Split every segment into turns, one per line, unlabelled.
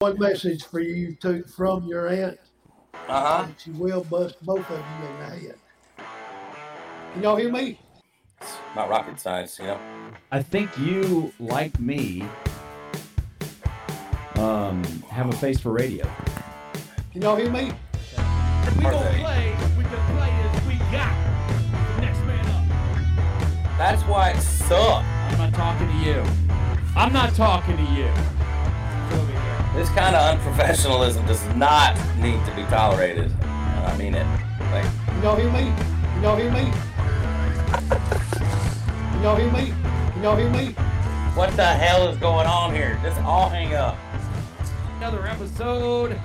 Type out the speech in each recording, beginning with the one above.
One message for you two from your aunt.
Uh huh.
She will bust both of you in the head. Can y'all hear me?
Not rocket science, you know.
I think you, like me, um, have a face for radio.
Can y'all hear me?
We
Are
gon'
they?
play with the players we got. Next man
That's why it sucked.
up. I'm not talking to you. I'm not talking to you. Go over here.
This kind of unprofessionalism does not need to be tolerated. And I mean it. Like,
Can y'all hear me? Can y'all hear me? Can y'all hear me? Can y'all hear me?
what the hell is going on here? Just all hang up.
Another episode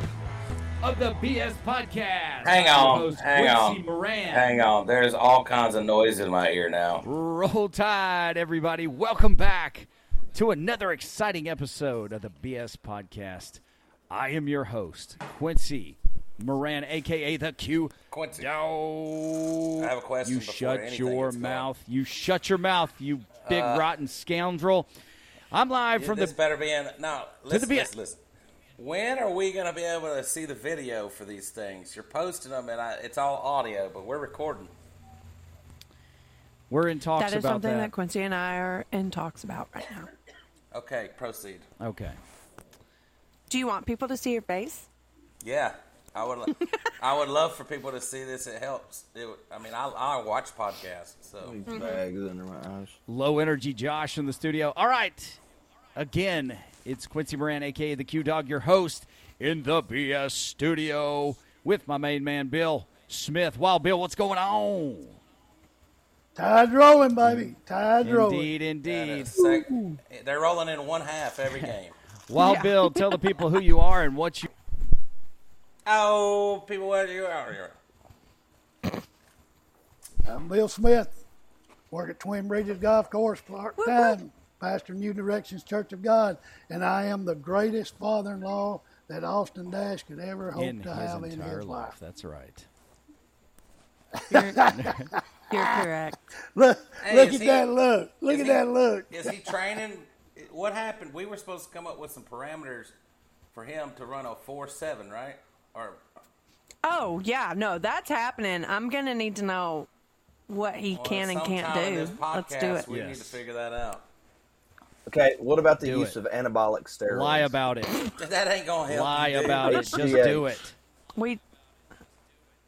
of the BS Podcast.
Hang
I'm your
on,
host,
hang
Quincy
on,
Moran.
Hang on. There's all kinds of noise in my ear now.
Roll Tide, everybody. Welcome back to another exciting episode of the BS Podcast. I am your host, Quincy Moran, aka the Q.
Quincy.
Yo.
I have a question
You
before
shut
anything
your
gets going.
mouth. You shut your mouth, you big rotten scoundrel. I'm live from
Uh, this
the.
better be in. No, listen,
be-
listen, listen. When are we going to be able to see the video for these things? You're posting them, and I, it's all audio, but we're recording.
We're in talks
That is
about
something that.
that.
Quincy and I are in talks about right now.
Okay, proceed.
okay.
Do you want people to see your face?
Yeah, I would. lo- I would love for people to see this. It helps. It, would- I mean, I, I watch podcasts, so
Oh, Mm-hmm.
bags under my eyes.
low energy Josh in the studio. All right. Again, it's Quincy Moran, aka the Q Dog, your host in the BS studio with my main man Bill Smith. Wow, Bill, what's going on?
Tide rolling, baby. Tide rolling.
Indeed,
And
indeed.
it's sec- they're rolling in one half every game.
Wow,
Yeah.
Bill, tell the people who you are and what you
oh, people, where you are? You're-
I'm Bill Smith. Work at Twin Bridges Golf Course, Clark
Whoop,
Town, pastor New Directions Church of God, and I am the greatest father-in-law that Austin Dash could ever
Oh,
hope
in
to
his
have in
entire
his
life.
life.
That's right.
You're, you're correct.
Look,
Hey,
look
is
at
he-
that look. Look
is
at
he-
that look.
Is he training? What happened? We were supposed to come up with some parameters for him to run a four-seven, right? Or
Oh yeah, no, that's happening. I'm gonna need to know what he
well,
can and can't
sometime in
do.
this podcast,
Let's do it.
We need to
Yes.
figure that out.
Okay, what about the
Do it.
use of anabolic steroids?
Lie about it.
That ain't gonna help.
Lie
you, dude.
about it. Just
Yeah.
do it.
We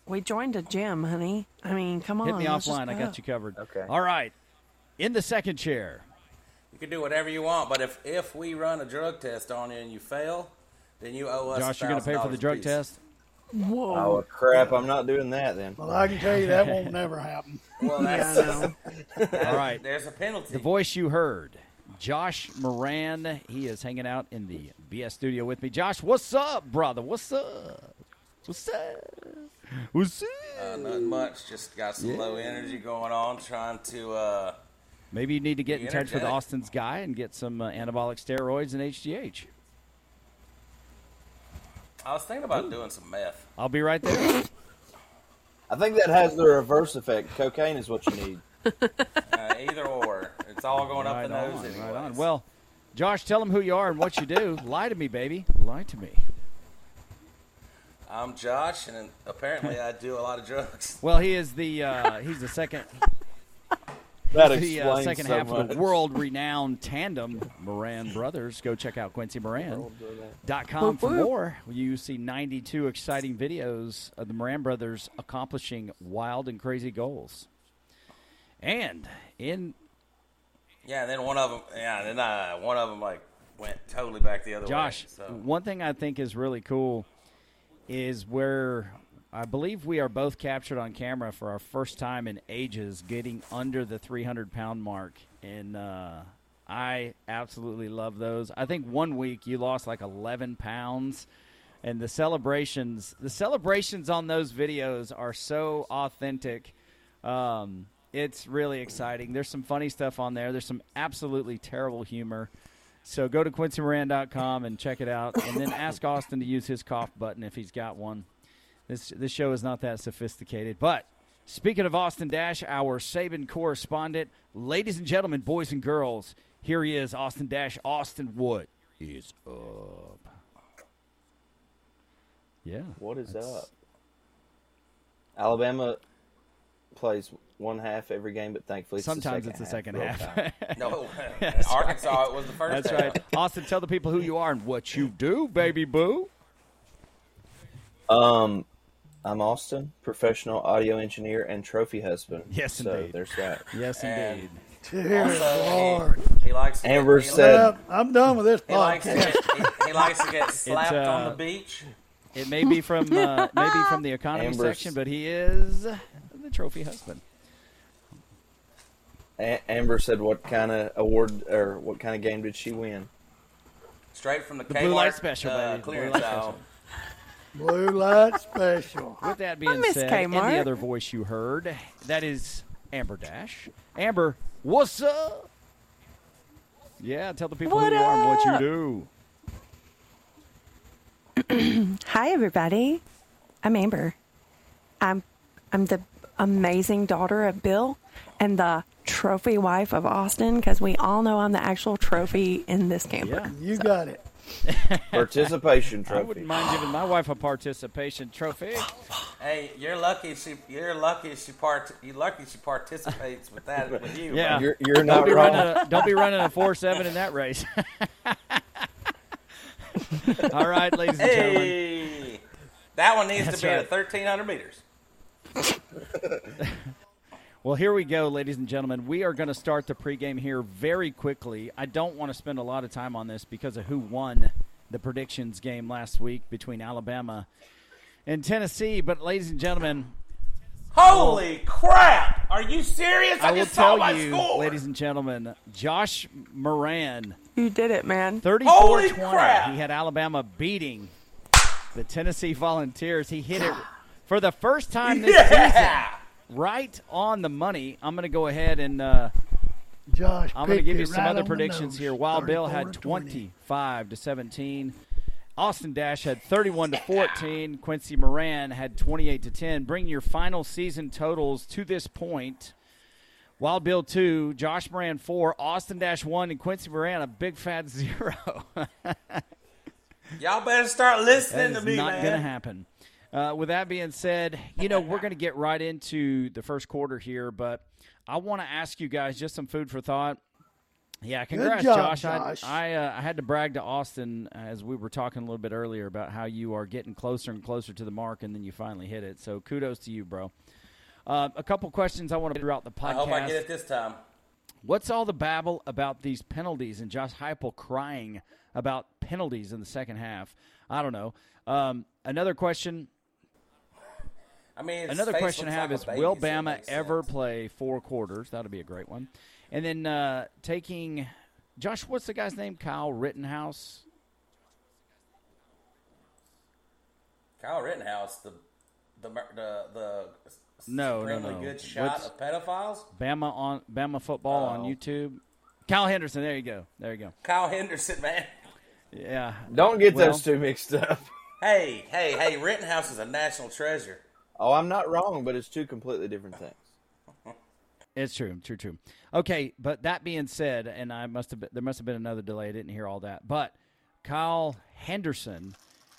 we joined a gym, honey. I mean, come on.
Hit me
let's just
offline. I
go.
got you covered.
Okay.
All right. In the second chair.
You can do whatever you want, but if if we run a drug test on you and you fail, then you owe us.
Josh, you're gonna pay for
$1,000
the drug
apiece.
test?
Whoa.
Oh crap! I'm not doing that then.
Well, I can tell you that won't never happen.
Well, that's,
All right.
there's a penalty.
The voice you heard, Josh Moran. He is hanging out in the BS studio with me. Josh, what's up, brother? What's up? What's up? What's up?
Uh, nothing much. Just got some low energy going on. Trying to. Uh,
Maybe you need to get in touch with
energetic.
Austin's guy and get some uh, anabolic steroids and HGH.
I was thinking about doing some meth.
I'll be right there.
I think that has the reverse effect. Cocaine is what you need.
Uh, either or. It's all going up
right
the nose.
on,
anyways.
right on. Well, Josh, tell him who you are and what you do. Lie to me, baby. Lie to me.
I'm Josh, and apparently I do a lot of drugs.
Well, he is the uh, he's the second
That
the uh,
explains
second
so
half of the
much.
world renowned tandem Moran brothers. Go check out Quincy Moran. dot com
Whoop,
for
whoop.
more. You see 92 exciting videos of the Moran brothers accomplishing wild and crazy goals. And in
Yeah, and then one of them. Yeah, and then uh, one of them like went totally back the other
Josh,
way. So
one thing I think is really cool is where I believe we are both captured on camera for our first time in ages getting under the 300 pound mark. And uh, I absolutely love those. I think one week you lost like 11 pounds. And the celebrations, the celebrations on those videos are so authentic. Um, it's really exciting. There's some funny stuff on there. There's some absolutely terrible humor. So go to quincymoran.com and check it out, and then ask Austin to use his cough button if he's got one. This this show is not that sophisticated. But speaking of Austin Dash, our Saban correspondent, ladies and gentlemen, boys and girls, here he is, Austin Dash. Austin Wood is up. Yeah.
What is
that's-
up? Alabama plays one half every game, but thankfully it's
Sometimes
the
it's the
second
second
half. real time.
half.
No, Arkansas. It was the first.
That's
half.
right. Austin, tell the people who you are and what you do, baby boo.
um, I'm Austin, professional audio engineer and trophy husband.
Yes,
so
indeed.
there's that.
Yes,
And-
indeed.
Dear
Also,
Lord.
he, he likes. To
Amber
get, he
said-
Yep, I'm done with this
He likes, to
podcast.
get, he, he likes to get slapped on
uh,
the beach.
It may be from uh, maybe from the economy
Amber's-
section, but he is the trophy husband.
A- Amber said, "What kind of award or what kind of game did she win?"
Straight from the,
blue
Kmart,
light special,
uh,
baby. Blue
Clearance
light
aisle.
Blue light special.
With that being
miss
said, and
Kmart.
the other voice you heard, that is Amber Dash. Amber, what's up? Yeah, tell the people
What
who you are and what you
up?
do.
Hi, everybody. I'm Amber. I'm I'm the amazing daughter of Bill and the trophy wife of Austin because we all know I'm the actual trophy in this camper.
Yeah.
You got it.
Participation
I
trophy.
wouldn't mind giving my wife a participation trophy.
Hey, you're lucky she. You're lucky she part. You're lucky she participates with that with you.
Yeah.
You're, you're
Don't
not
be, running
wrong.
a, don't be running a 4 7 in that race. All right, ladies and gentlemen.
Hey, that one needs
That's
to be
right.
at 1,300 meters.
Well, here we go, ladies and gentlemen. We are going to start the pregame here very quickly. I don't want to spend a lot of time on this because of who won the predictions game last week between Alabama and Tennessee. But, ladies and gentlemen,
Holy crap! Are you serious? I,
I will
just saw
tell
my
you,
score.
ladies and gentlemen, Josh Moran,
You did it, man.
34 20.
crap.
He had Alabama beating the Tennessee Volunteers. He hit it for the first time this
yeah.
season, right on the money. I'm going to go ahead and. Uh,
Josh,
I'm going to
picked
give
it
you some
right
other
on the
predictions
nose,
here. Wild Bill had
34 to
25 to 17. Austin Dash had 31 to 14. Quincy Moran had 28 to 10. Bring your final season totals to this point. Wild Bill 2, Josh Moran 4, Austin Dash 1, and Quincy Moran a big fat 0.
Y'all better start
That
listening
is
to me,
not
man.
going to happen. Uh, with that being said, you know, we're going to get right into the first quarter here, but I want to ask you guys just some food for thought. Yeah, congrats,
job,
Josh.
Josh.
I, I, uh, I had to brag to Austin as we were talking a little bit earlier about how you are getting closer and closer to the mark, and then you finally hit it. So kudos to you, bro. Uh, a couple questions I want to throughout the podcast.
I hope I get it this time.
What's all the babble about these penalties and Josh Heupel crying about penalties in the second half? I don't know. Um, another question.
I mean, his
Another
face
question I
looks
have
like
is:
a baby,
Will
so it
Bama
makes
ever
sense.
play four quarters? That'll be a great one. And then uh, taking Josh. What's the guy's name? Kyle Rittenhouse.
Kyle Rittenhouse, the the mur- the, the
No, no,
supremely
no.
good shot
What's-
of pedophiles.
Bama on Bama football on
Oh.
YouTube. Kyle Henderson. There you go. There you go.
Kyle Henderson, man.
Yeah.
Don't get
Well-
those two mixed up.
Hey, hey, hey! Rittenhouse is a national treasure.
Oh, I'm not wrong, but it's two completely different things.
It's true, true, true. Okay, but that being said, and I must have been, there must have been another delay. I didn't hear all that. But Kyle Henderson,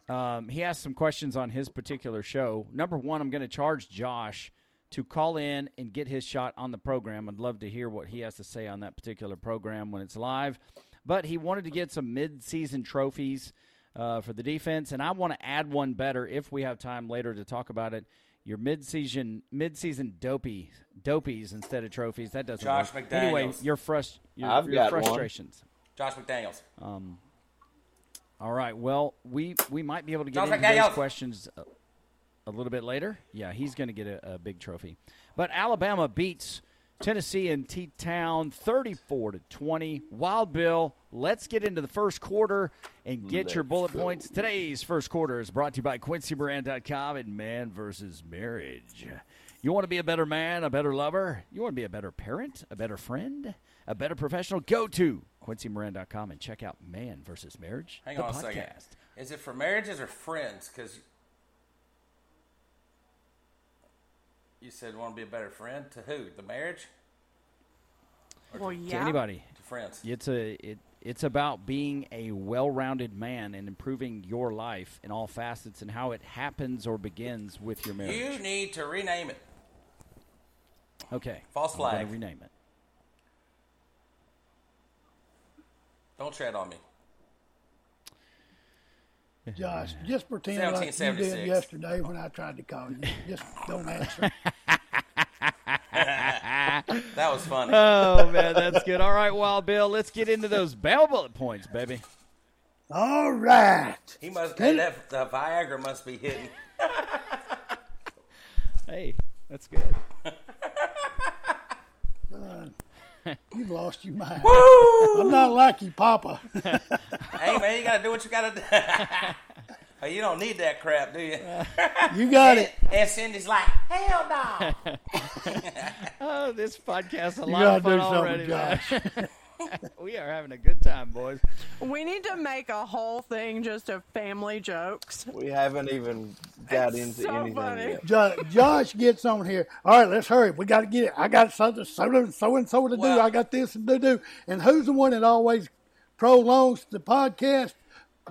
um, he asked some questions on his particular show. Number one, I'm going to charge Josh to call in and get his shot on the program. I'd love to hear what he has to say on that particular program when it's live. But he wanted to get some mid-season trophies uh, for the defense, and I want to add one better if we have time later to talk about it. Your mid-season mid-season dopey dopies instead of trophies that doesn't
Josh
work. Anyway,
McDaniels.
your frust your,
I've
your
got one.
frustrations.
Josh McDaniels.
Uh, All right. Well, we we might be able to get
Josh
into those
McDaniels.
questions a, a little bit later. Yeah, he's going to get a, a big trophy. But Alabama beats Tennessee in T Town, thirty-four to twenty. Wild Bill. Let's get into the first quarter and get your
Let's
bullet points. Today's first quarter is brought to you by QuincyBrand.com and Man versus Marriage. You want to be a better man, a better lover? You want to be a better parent, a better friend, a better professional? Go to QuincyMoran.com and check out Man versus Marriage.
Hang
the
on a
podcast.
second. Is it for marriages or friends? Because you said want to be a better friend to who? The marriage
Well,
To
yeah.
anybody,
to friends?
it's a it It's about being a well rounded man and improving your life in all facets and how it happens or begins with your marriage.
You need to rename it.
okay.
False
I'm gonna
flag.
Rename it.
Don't tread on me.
Josh, just pretend like you did
1776.
yesterday when I tried to call you. Just don't answer.
That was funny.
Oh, man, that's good. All right, Wild Bill, let's get into those bail bullet points, baby.
All right.
he must.
Ten-
That the Viagra must be hitting.
Hey, that's good.
You've lost your mind.
Woo!
I'm not like you, Papa.
hey man, you gotta do what you gotta do. Oh, you don't need that crap, do you?
Uh,
You got it.
And Cindy's like, hell no.
Oh, this podcast
You
a lot
gotta
of fun
do something,
already. man.
Josh.
We are having a good time, boys.
We need to make a whole thing just of family jokes.
We haven't even got
That's
into
so
anything
funny.
yet.
Jo- Josh gets on here. All right, let's hurry. We got to get it. I got so so and so and so to do.
Well-
I got this and do do. And who's the one that always prolongs the podcast?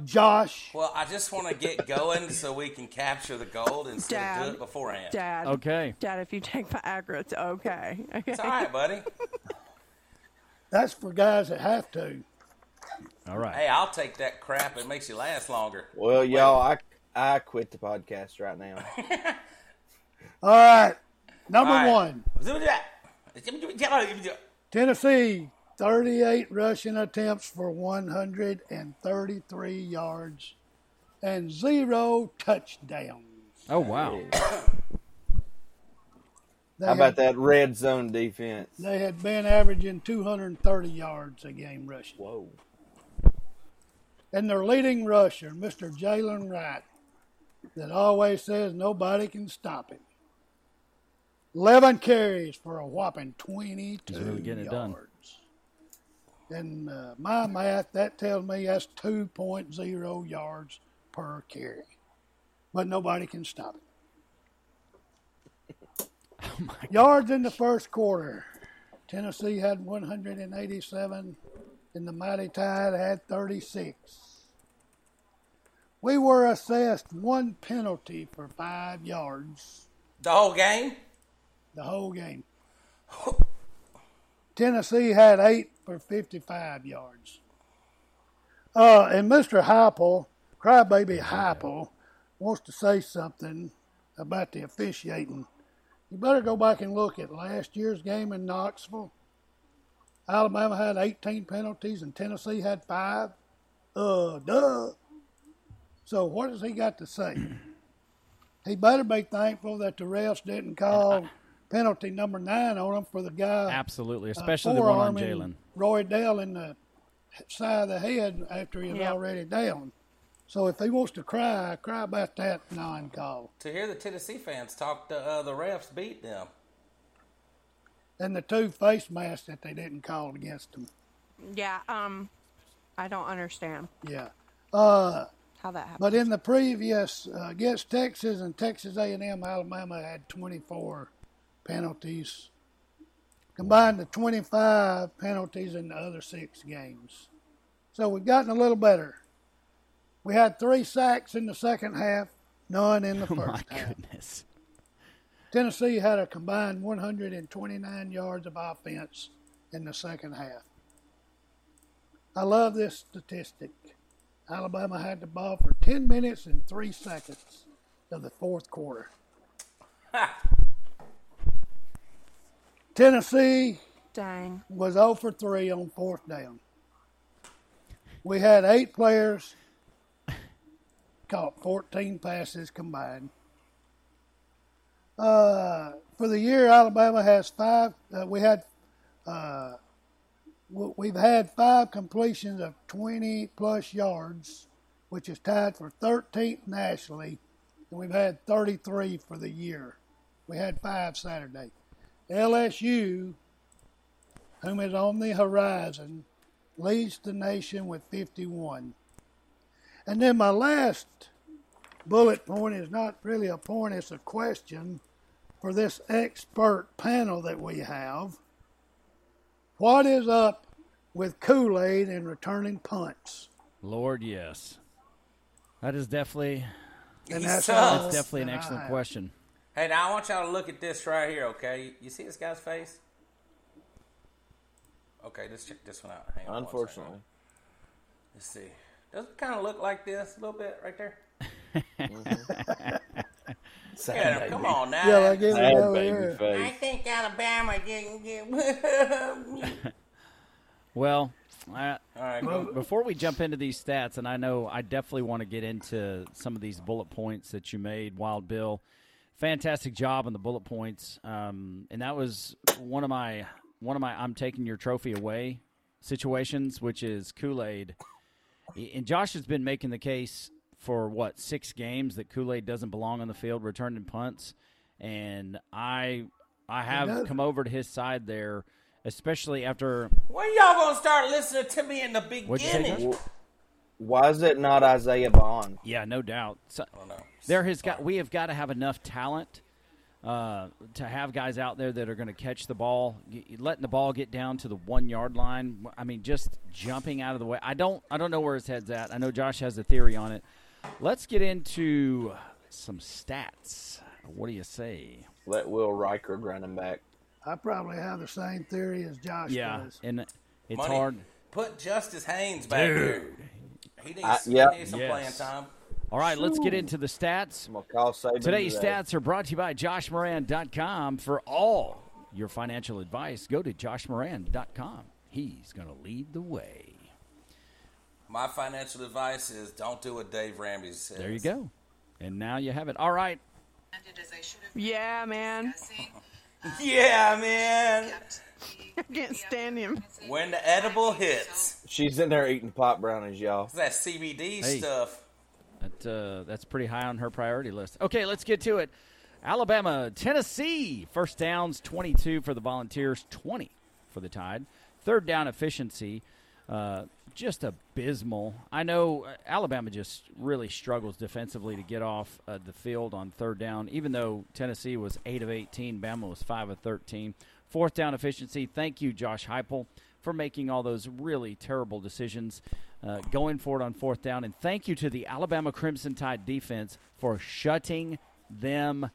Josh.
Well, I just want to get going so we can capture the gold instead of
Dad.
do it beforehand.
Dad.
Okay.
Dad, if you take Viagra, it's okay. Okay.
It's all right, buddy.
That's for guys that have to.
All right.
Hey, I'll take that crap. It makes you last longer.
Well, y'all, I I quit the podcast right now.
All right. Number
All right.
one, Tennessee, 38 rushing attempts for 133 yards and zero touchdowns.
Oh, wow.
They
How about
had-
that red zone defense?
They had been averaging 230 yards a game rushing.
Whoa.
and their leading rusher, Mr. Jalen Wright, that always says nobody can stop him. 11 carries for a whopping 22
really getting it done.
yards. And uh, my math, that tells me that's 2.0 yards per carry. But nobody can stop him.
Oh
yards in the first quarter. Tennessee had 187 and the Mighty Tide had 36. We were assessed one penalty for five yards
The whole game?
the whole game. Tennessee had eight for 55 yards. Uh, and Mr. Heupel, crybaby Heupel, wants to say something about the officiating. You better go back and look at last year's game in Knoxville. Alabama had 18 penalties and Tennessee had five. Uh, duh. So what has he got to say? he better be thankful that the refs didn't call penalty number nine on him for the guy
Absolutely.
uh,
Especially the one on
forearming
Jalen.
Roy Dell in the side of the head after he was
Yep.
already down. So if he wants to cry, cry about that non call.
To hear the Tennessee fans talk, the, uh, the refs beat them.
And the two face masks that they didn't call against him.
Yeah. Um, I don't understand
Yeah.
how that happened.
But in the previous uh, against Texas and Texas A&M, Alabama had 24 penalties, combined to 25 penalties in the other six games. So we've gotten a little better. We had three sacks in the second half, none in the first
My
half.
goodness.
Tennessee had a combined 129 yards of offense in the second half. I love this statistic. Alabama had the ball for 10 minutes and 3 seconds of the fourth quarter. Tennessee
Dang.
was 0 for 3 on fourth down. We had eight players caught 14 passes combined. Uh, for the year, Alabama has five. Uh, we had, uh, w- we've had five completions of 20 plus yards, which is tied for 13th nationally, and we've had 33 for the year. We had five Saturday. LSU whom is on the horizon, leads the nation with 51. And then my last bullet point is not really a point, it's a question for this expert panel that we have. What is up with Kool Aid and returning punts.
Lord, yes. That is definitely
And
He
that's
sucks.
all
that's definitely an
that I
excellent
have.
question.
Hey, now I want y'all to look at this right here, okay? You see this guy's face? Okay, let's check this one out. Hang on one second.
Unfortunately.
Let's see. Does it kind of look like this a little bit right there? Yeah,
Sad
come
baby.
on now.
Yeah, like it was
Sad
over
baby
here.
I
face.
think Alabama didn't get. All
Well, I,
right, go.
before we jump into these stats, and I know I definitely want to get into some of these bullet points that you made, Wild Bill. Fantastic job on the bullet points, um, and that was one of my one of my I'm taking your trophy away situations, which is Kool Aid. And Josh has been making the case for what six games that Kool Aid doesn't belong on the field, returning punts, and I I have
doesn't.
come over to his side there, especially after
When y'all gonna start listening to me in the
What'd you say,
beginning?
Josh? Why is it not Isaiah Bond?
yeah, no doubt. So-
I don't know.
There has got we have got to have enough talent uh, to have guys out there that are going to catch the ball, y- y- letting the ball get down to the one yard line. I mean, just jumping out of the way. I don't I don't know where his head's at. I know Josh has a theory on it. Let's get into some stats. What do you say?
Let Will Reichard run him back.
I probably have the same theory as Josh
Yeah,
does.
and it's
Money.
hard.
Put Justice Haynes back here. He needs,
Uh, yeah.
he needs some
Yes.
playing time.
All right, let's get into the stats.
I'm gonna call Saban
Today's
today.
stats are brought to you by joshmoran.com. For all your financial advice, go to joshmoran.com. He's going to lead the way.
My financial advice is don't do what Dave Ramsey says.
There you go. And now you have it. All right.
Yeah, man.
Yeah, man.
I can't stand him.
When the edible hits,
She's in there eating pot brownies, y'all.
that CBD
Hey.
stuff.
That, uh, that's pretty high on her priority list. Okay, let's get to it. Alabama, Tennessee, first downs 22 for the Volunteers, 20 for the Tide. Third down efficiency, uh, just abysmal. I know uh, Alabama just really struggles defensively to get off uh, the field on third down, even though Tennessee was 8 of 18, Bama was 5 of 13. Fourth down efficiency, thank you, Josh Heupel, for making all those really terrible decisions uh, going for it on fourth down. And thank you to the Alabama Crimson Tide defense for shutting them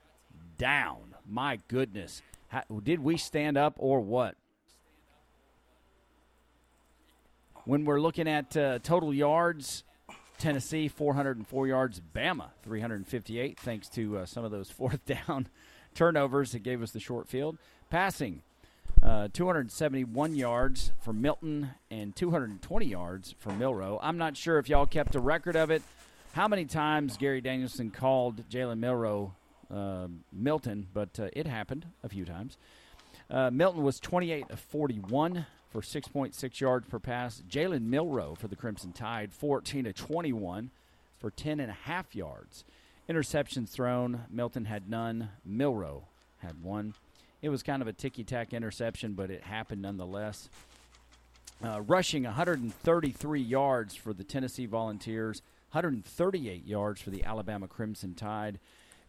down. My goodness. How, did we stand up or what? When we're looking at uh, total yards, Tennessee 404 yards, Bama 358, thanks to uh, some of those fourth down turnovers that gave us the short field. Passing uh, 271 yards for Milton and 220 yards for Milrow. I'm not sure if y'all kept a record of it. How many times Gary Danielson called Jalen Milrow um Milton, but uh, it happened a few times. Uh, Milton was 28 of 41 for 6.6 yards per pass. Jalen Milrow for the Crimson Tide, 14 of 21 for 10 and a half yards. Interceptions thrown. Milton had none. Milrow had one. It was kind of a ticky tack interception, but it happened nonetheless. Uh, rushing 133 yards for the Tennessee Volunteers, 138 yards for the Alabama Crimson Tide.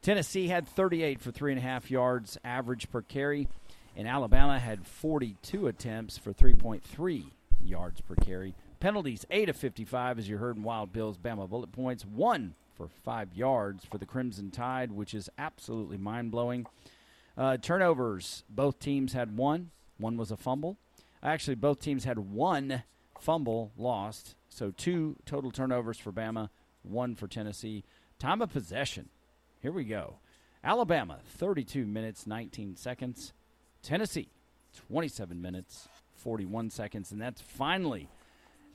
Tennessee had 38 for three and a half yards average per carry, and Alabama had 42 attempts for 3.3 yards per carry. Penalties 8 of 55, as you heard in Wild Bill's Bama Bullet Points, one for five yards for the Crimson Tide, which is absolutely mind blowing. Uh, turnovers, both teams had one. One was a fumble. Actually, both teams had one fumble lost. So two total turnovers for Bama, one for Tennessee. Time of possession. Here we go. Alabama, 32 minutes, 19 seconds. Tennessee, 27 minutes, 41 seconds. And that's finally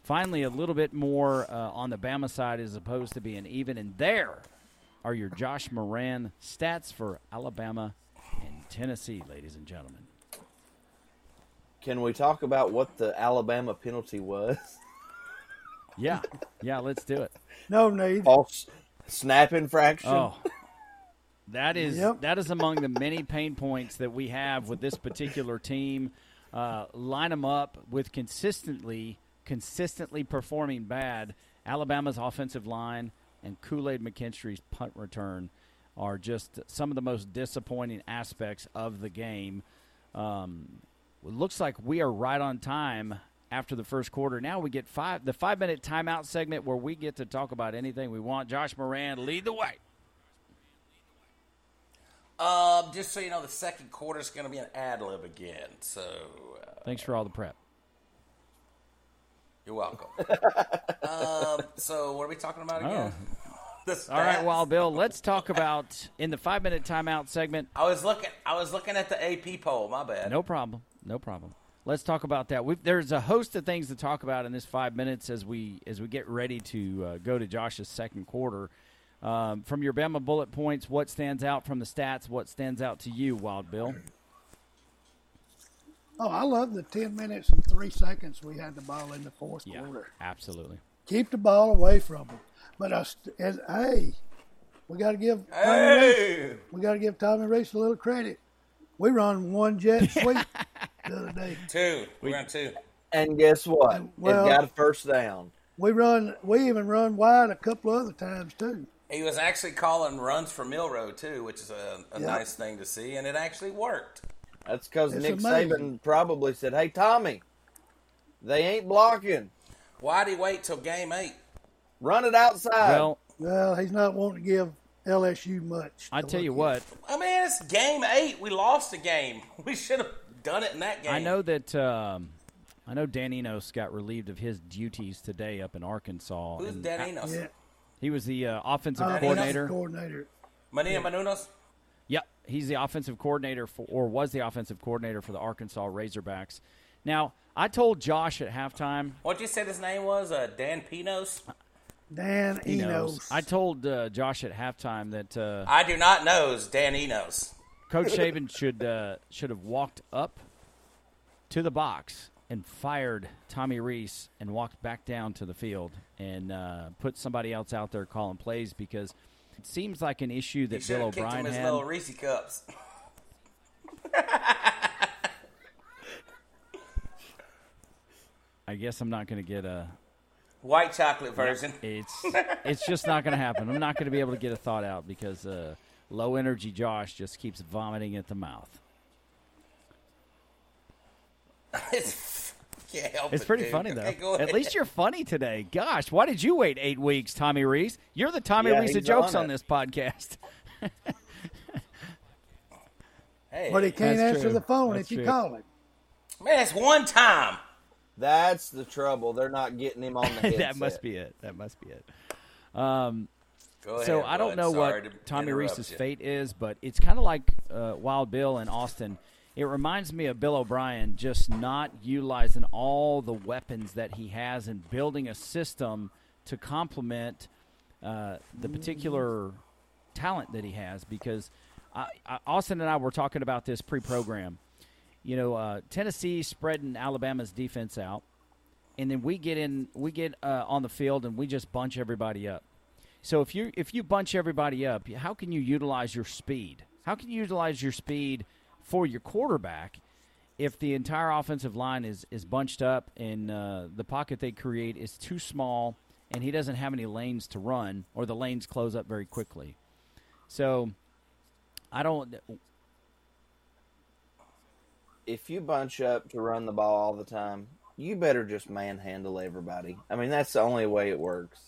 finally a little bit more uh, on the Bama side as opposed to being even. And there are your Josh Moran stats for Alabama and Tennessee, ladies and gentlemen.
Can we talk about what the Alabama penalty was?
Yeah, yeah, let's do it.
No need.
False snap infraction.
Oh, that is
Yep.
that is among the many pain points that we have with this particular team. Uh, line them up with consistently, consistently performing bad. Alabama's offensive line and Kool Aid McKinstry's punt return are just some of the most disappointing aspects of the game. Um, it looks like we are right on time after the first quarter. Now we get five the five minute timeout segment where we get to talk about anything we want. Josh Moran, lead the way.
Um, just so you know, the second quarter is going to be an ad lib again. So uh,
Thanks for all the prep.
you're welcome. um, so what are we talking about again? The
Oh. All right,
stats.
Wild Bill, let's talk about in the five minute timeout segment.
I was looking. I was looking at the AP poll. My bad.
No problem. No problem. Let's talk about that. We've, there's a host of things to talk about in this five minutes as we as we get ready to uh, go to Josh's second quarter. Um, from your Bama bullet points, what stands out from the stats? What stands out to you, Wild Bill?
Oh, I love the 10 minutes and three seconds we had the ball in the fourth quarter.
absolutely.
Keep the ball away from them. But I, st- and, hey, we got to give Tommy Reese,
Hey!
we got to give Tommy Reese a little credit. We run one jet sweep the other day.
Two. We're on two.
And guess what?
Well-
it got a first down.
We run, we even run wide a couple other times too.
He was actually calling runs for Milrow too, which is a, a
Yeah.
nice thing to see, and it actually worked.
That's because
It's
Nick
amazing.
Saban probably said, "Hey Tommy, they ain't blocking.
Why'd he wait till game eight?
Run it outside."
Well,
Well, he's not wanting to give LSU much.
I
to
tell you
look
what,
at.
I mean, it's game eight. We lost a game. We should have done it in that game.
I know that um, I know Dan Enos got relieved of his duties today up in Arkansas.
Who's
and
Dan Enos?
Yeah,
He was the uh, offensive
offensive
coordinator.
coordinator.
Mania Manunos?
Yep, he's the offensive coordinator for, or was the offensive coordinator for the Arkansas Razorbacks. Now, I told Josh at halftime.
What you said his name was? Uh, Dan Pinos?
Dan
He
Enos.
knows. I told uh, Josh at halftime that uh,
I do not know is Dan Enos.
Coach Saban should uh, should have walked up to the box and fired Tommy Reese and walked back down to the field and uh, put somebody else out there calling plays because it seems like an issue
He
that
should
Bill
have kicked him
O'Brien
his
had.
little Reese cups.
I guess I'm not going to get a
White chocolate version.
It's it's just not going to happen. I'm not going to be able to get a thought out because uh, low energy Josh just keeps vomiting at the mouth.
It's, can't help
It's
it,
pretty
dude.
funny
Okay,
though.
go
At
ahead.
least you're funny today. Gosh, why did you wait eight weeks, Tommy Reese? You're the Tommy
Yeah,
Reese of
he's
jokes on
on it.
this podcast.
Hey,
But he can't
That's
answer
true.
the phone
That's
if you
true.
call him.
man, it's one time.
That's the trouble. They're not getting him on the headset.
that must be it. That must be it.
Go
so
ahead,
I
bud.
don't know
Sorry to
what Tommy
interrupt
Reese's
you.
fate is, but it's kind of like uh, Wild Bill in Austin. It reminds me of Bill O'Brien just not utilizing all the weapons that he has and building a system to complement uh, the particular talent that he has. Because I, I, Austin and I were talking about this pre-program. You know, uh, Tennessee spreading Alabama's defense out, and then we get in, we get uh, on the field, and we just bunch everybody up. So if you if you bunch everybody up, how can you utilize your speed? How can you utilize your speed for your quarterback if the entire offensive line is is bunched up and uh, the pocket they create is too small and he doesn't have any lanes to run or the lanes close up very quickly. So I don't.
If you bunch up to run the ball all the time, you better just manhandle everybody. I mean, that's the only way it works.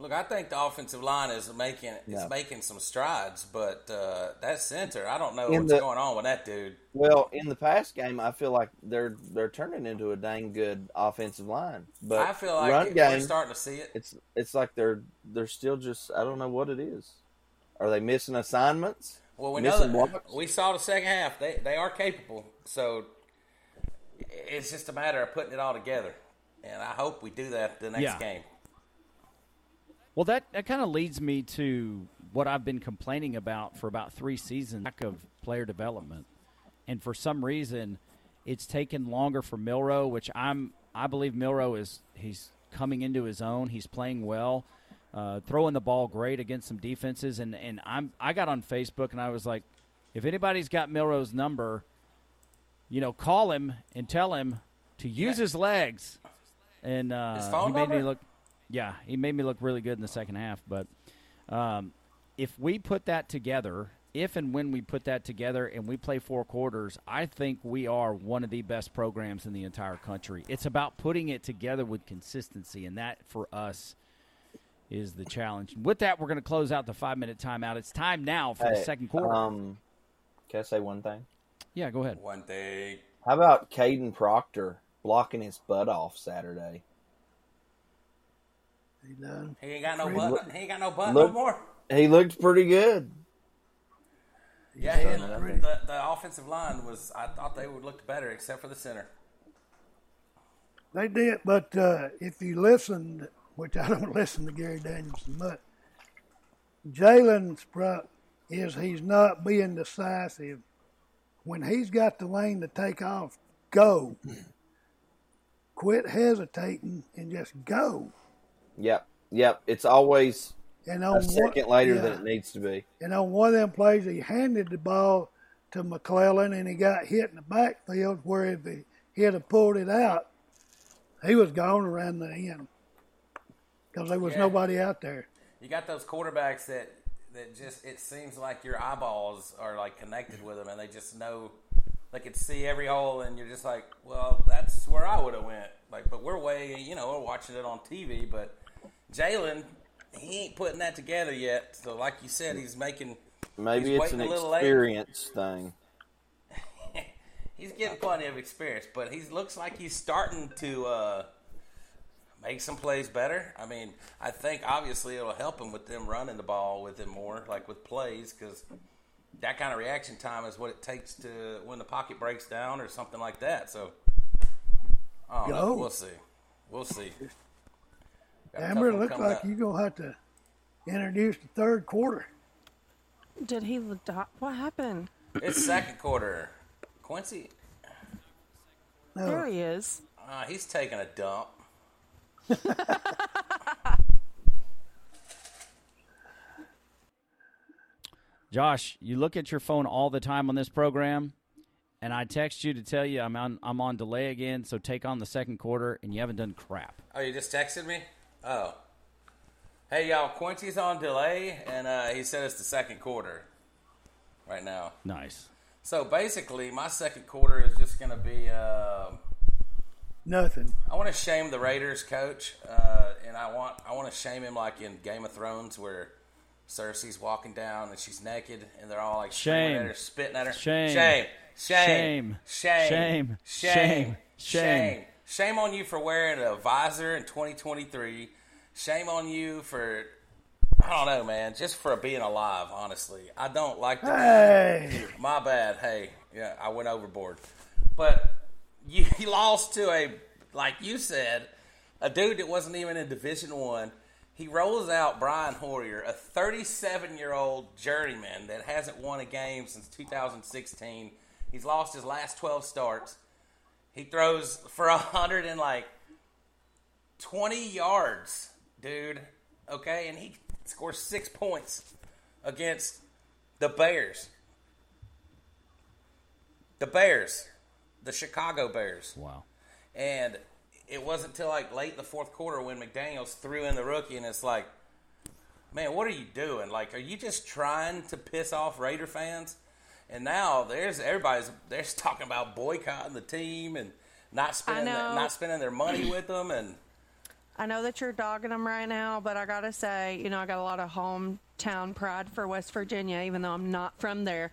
Look, I think the offensive line is making it's
No.
making some strides, but uh, that center, I don't know
In
what's
the-
going on with that dude.
Well, in the past game, I feel like they're they're turning into a dang good offensive line. But
I feel like
run
it-
game,
we're starting to see it.
it's it's like they're they're still just I don't know what it is. Are they missing assignments?
Well, we know
missing
that
blocks?
we saw the second half. They they are capable, so it's just a matter of putting it all together. And I hope we do that the next
Yeah.
game.
Well, that that kind of leads me to what I've been complaining about for about three seasons: lack of player development. and for some reason, it's taken longer for Milrow, which I'm I believe Milrow is he's coming into his own. He's playing well, uh, throwing the ball great against some defenses, and and I'm I got on Facebook and I was like, if anybody's got Milrow's number, you know, call him and tell him to use his legs, and uh,
His phone
he made me
number?
look. Yeah, he made me look really good in the second half, but um, if we put that together if and when we put that together and we play four quarters, I think we are one of the best programs in the entire country. It's about putting it together with consistency, and that for us is the challenge. And with that, we're going to close out the five minute timeout. It's time now for the
Hey,
second quarter.
Um, can I say one thing?
yeah, go ahead.
One thing.
How about Caden Proctor blocking his butt off Saturday?
He done.
He ain't got no butt. He ain't got no butt no
Look-
more.
He looked pretty good.
Yeah, he
done
didn't-
nothing.
the, the offensive line was. I thought they would look better, except for the center.
They did, but uh, if you listened, which I don't listen to Gary Danielson much, Jalen's problem is he's not being decisive. When he's got the lane to take off, go. Quit hesitating and just go.
Yep, yep. It's always
And
a
on
second
one,
later than
yeah.
it needs to be.
And on one of them plays, he handed the ball to McClellan and he got hit in the backfield where if he, he'd have pulled it out, he was gone around the end because there was
Yeah.
nobody out there.
You got those quarterbacks that that just. It seems like your eyeballs are like connected with them, and they just know. They could see every hole, and you're just like, well, that's where I would have went. Like, but we're way, you know, we're watching it on TV, but Jalen, he ain't putting that together yet. So, like you said, he's making.
Maybe
He's
it's
waiting
an
a little later.
experience thing.
He's getting plenty of experience, but he looks like he's starting to uh, make some plays better. I mean, I think obviously it'll help him with them running the ball with him more, like with plays, because that kind of reaction time is what it takes to when the pocket breaks down or something like that. So, I don't know.
Yo.
we'll see. We'll see. Got a tough
Amber, it
one
looks
coming
like
up.
you're going to have to introduce the third quarter.
Did he? adopt- What happened?
It's second quarter. Quincy,
Oh.
There he is.
uh, he's taking a dump.
Josh, you look at your phone all the time on this program, and I text you to tell you I'm on, I'm on delay again, so take on the second quarter, and you haven't done crap.
Oh, you just texted me? Oh. Hey, y'all, Quincy's on delay, and uh, he said it's the second quarter right now.
Nice.
So basically, my second quarter is just going to be. Uh,
Nothing.
I want to shame the Raiders coach, uh, and I want I want to shame him like in Game of Thrones where Cersei's walking down and she's naked, and they're all like screaming
Shame.
at her, spitting at her.
Shame.
shame, shame,
Shame.
shame,
Shame.
shame,
Shame.
shame,
Shame.
shame on you for wearing a visor in 2023. Shame on you for I don't know, man, just for being alive. Honestly, I don't like the
Hey,
my bad. Hey, yeah, I went overboard. But you, you lost to a, like you said, a dude that wasn't even in Division One. He rolls out Brian Hoyer, a 37-year-old journeyman that hasn't won a game since 2016. He's lost his last 12 starts. He throws for a hundred and like 20 yards, dude. Okay, and he scores six points against the Bears. The Bears, the Chicago Bears,
Wow.
and it wasn't till like late in the fourth quarter when McDaniel's threw in the rookie, and it's like, man, what are you doing? Like, are you just trying to piss off Raider fans? And now there's everybody's they're talking about boycotting the team and not spending
know.
not spending their money with them and.
I know that you're dogging them right now, but I gotta say, you know, I got a lot of hometown pride for West Virginia, even though I'm not from there.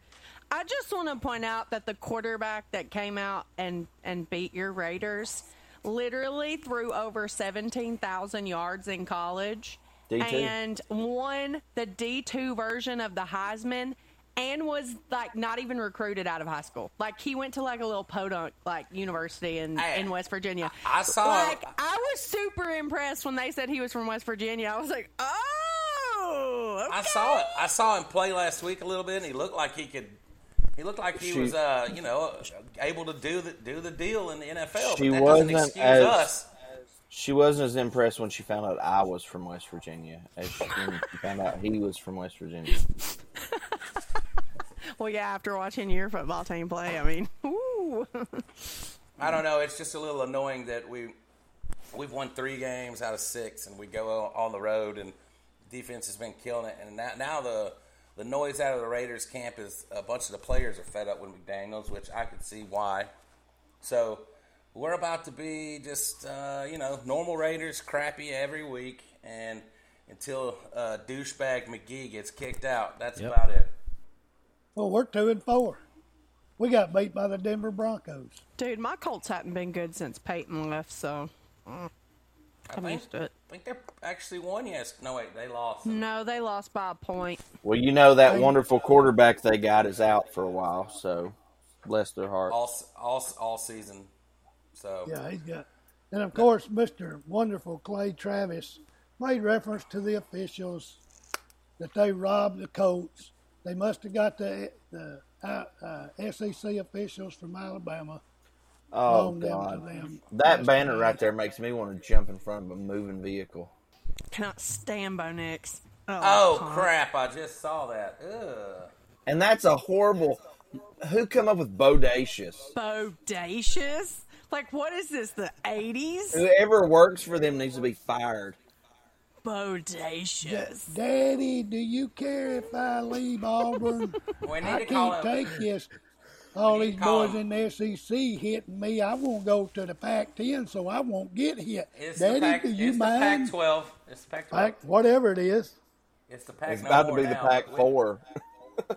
I just want to point out that the quarterback that came out and and beat your Raiders literally threw over 17,000 yards in college
D2.
and won the D2 version of the Heisman and was like not even recruited out of high school. Like he went to like a little podunk like university in
Hey,
in West Virginia.
I saw-
Like, I was super impressed when they said he was from West Virginia. I was like, oh,
I
okay.
saw it. I saw him play last week a little bit, and he looked like he could. He looked like he
She-
was, uh, you know, able to do the do the deal in the NFL.
She
but that
wasn't
doesn't excuse
as-
us.
She wasn't as impressed when she found out I was from West Virginia as she when she found out he was from West Virginia.
Well, yeah, after watching your football team play, I mean, ooh.
I don't know. It's just a little annoying that we we've won three games out of six, and we go on the road, and defense has been killing it. And now, now the the noise out of the Raiders camp is a bunch of the players are fed up with McDaniels, which I could see why. So we're about to be just uh, you know normal Raiders, crappy every week, and until uh, douchebag McGee gets kicked out, that's
Yep.
about it.
Well, we're two and four. We got beat by the Denver Broncos.
Dude, my Colts haven't been good since Peyton left, so
I
I'm
think,
used to it.
I think they actually won. Yes, no wait, they lost.
No, they lost by a point.
Well, you know that wonderful quarterback they got is out for a while, so bless their heart.
all all all season. So
Yeah, he's got. And of course, Mr. Wonderful Clay Travis made reference to the officials that they robbed the Colts. They must have got the, the uh, uh, SEC officials from Alabama.
Oh
loaned them to
God,
them.
that banner right there makes me want to jump in front of a moving vehicle.
Cannot stand Bo Nix.
Oh crap! I just saw that. Ugh.
And that's a horrible. Who come up with bodacious?
Bodacious? Like, what is this, the 80s?
Whoever works for them needs to be fired.
Bodacious.
Daddy, do you care if I leave Auburn?
We need
I
to call
can't
him.
take this. All these
call
boys
him.
in the SEC hitting me. I won't go to the Pac-10, so I won't get hit.
It's the
Daddy,
Pac.
do you
It's the
mind?
Pac-12. It's the Pac-12.
Pac- whatever it is.
It's the Pac.
It's
no
about to
more
be the
now.
Pac
We-
Four.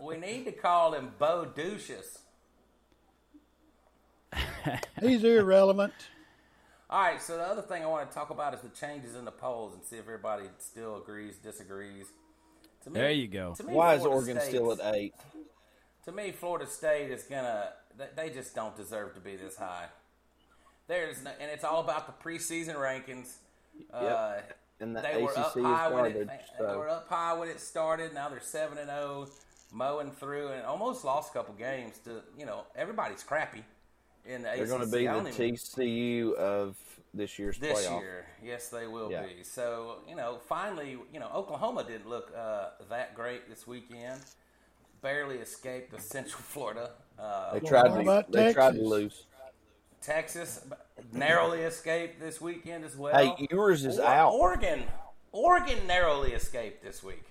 We, need to call him Bo Douches.
He's irrelevant.
All right. So the other thing I want to talk about is the changes in the polls and see if everybody still agrees, disagrees. To me,
There you go.
to me,
Why is
Florida
Oregon still
State's-
at eight?
To me, Florida State is gonna. they- They just don't deserve to be this high. There's no, and it's all about the preseason rankings. Uh,
And the
they
ACC
were up
is
high when it,
started.
they, they were
So.
up high when it started. Now they're seven and zero, mowing through, and almost lost a couple games to you know everybody's crappy in the
They're
ACC.
going to be
I
the
don't even-
TCU of this year's
this
playoff.
year. Yes, they will
Yeah.
be. So you know, finally, you know, Oklahoma didn't look uh, that great this weekend. Barely escaped the Central Florida. Uh,
They tried
What
to.
about
They tried to
Texas?
lose.
Texas narrowly escaped this weekend as well.
Hey, yours is
Or-
out.
Oregon, Oregon narrowly escaped this week.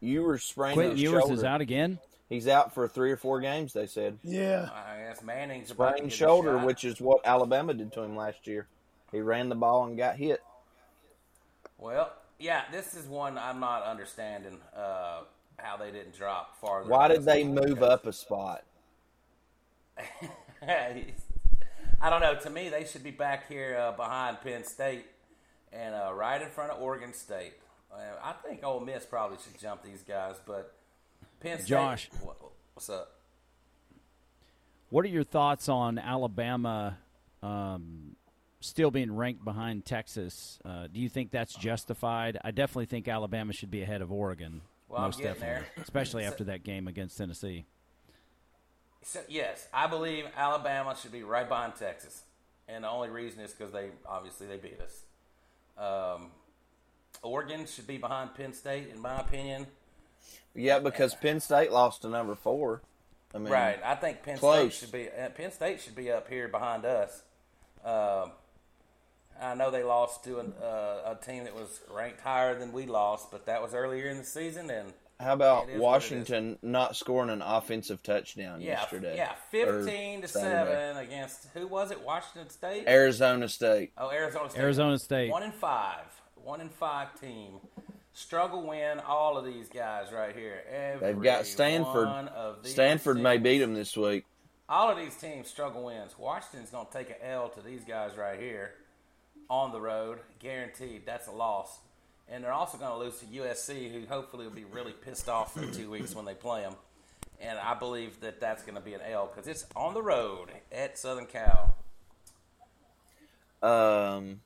Ewers sprained
Quentin
his
Ewers
shoulder.
is out again.
He's out for three or four games. They said
Yeah.
Uh,
I guess Manning's about to
sprained
get a
shoulder,
shot.
which is what Alabama did to him last year. He ran the ball and got hit.
well, yeah, this is one I'm not understanding uh, how they didn't drop farther.
Why
than
did they
this.
move up a spot?
I don't know. To me, they should be back here uh, behind Penn State and uh, right in front of Oregon State. Uh, I think Ole Miss probably should jump these guys, but Penn State.
Josh.
Wha- what's up?
What are your thoughts on Alabama um, still being ranked behind Texas? Uh, do you think that's justified? I definitely think Alabama should be ahead of Oregon.
Well, I'm
most
getting
definitely,
there.
especially after that game against Tennessee.
So, yes, I believe Alabama should be right behind Texas, and the only reason is because they obviously they beat us. Um, Oregon should be behind Penn State, in my opinion.
Yeah, because Penn State lost to number four. I mean,
Right, I think Penn
Close.
State should be uh, Penn State should be up here behind us. Um, I know they lost to an, uh, a team that was ranked higher than we lost, but that was earlier in the season, and
How
It
about
is what it
Washington not scoring an offensive touchdown
yeah,
yesterday?
yeah,
or
fifteen to
Saturday?
seven against who was it? Washington State.
Arizona State.
Oh, Arizona State.
Arizona State.
One in five. One in five team. Struggle win all of these guys right here. Every
They've got
one
Stanford.
of these
Stanford may
teams.
beat them this week.
All of these teams struggle wins. Washington's going to take an L to these guys right here on the road. Guaranteed. That's a loss. And they're also going to lose to USC, who hopefully will be really pissed off in two weeks when they play them. And I believe that that's going to be an L because it's on the road at Southern Cal.
Um,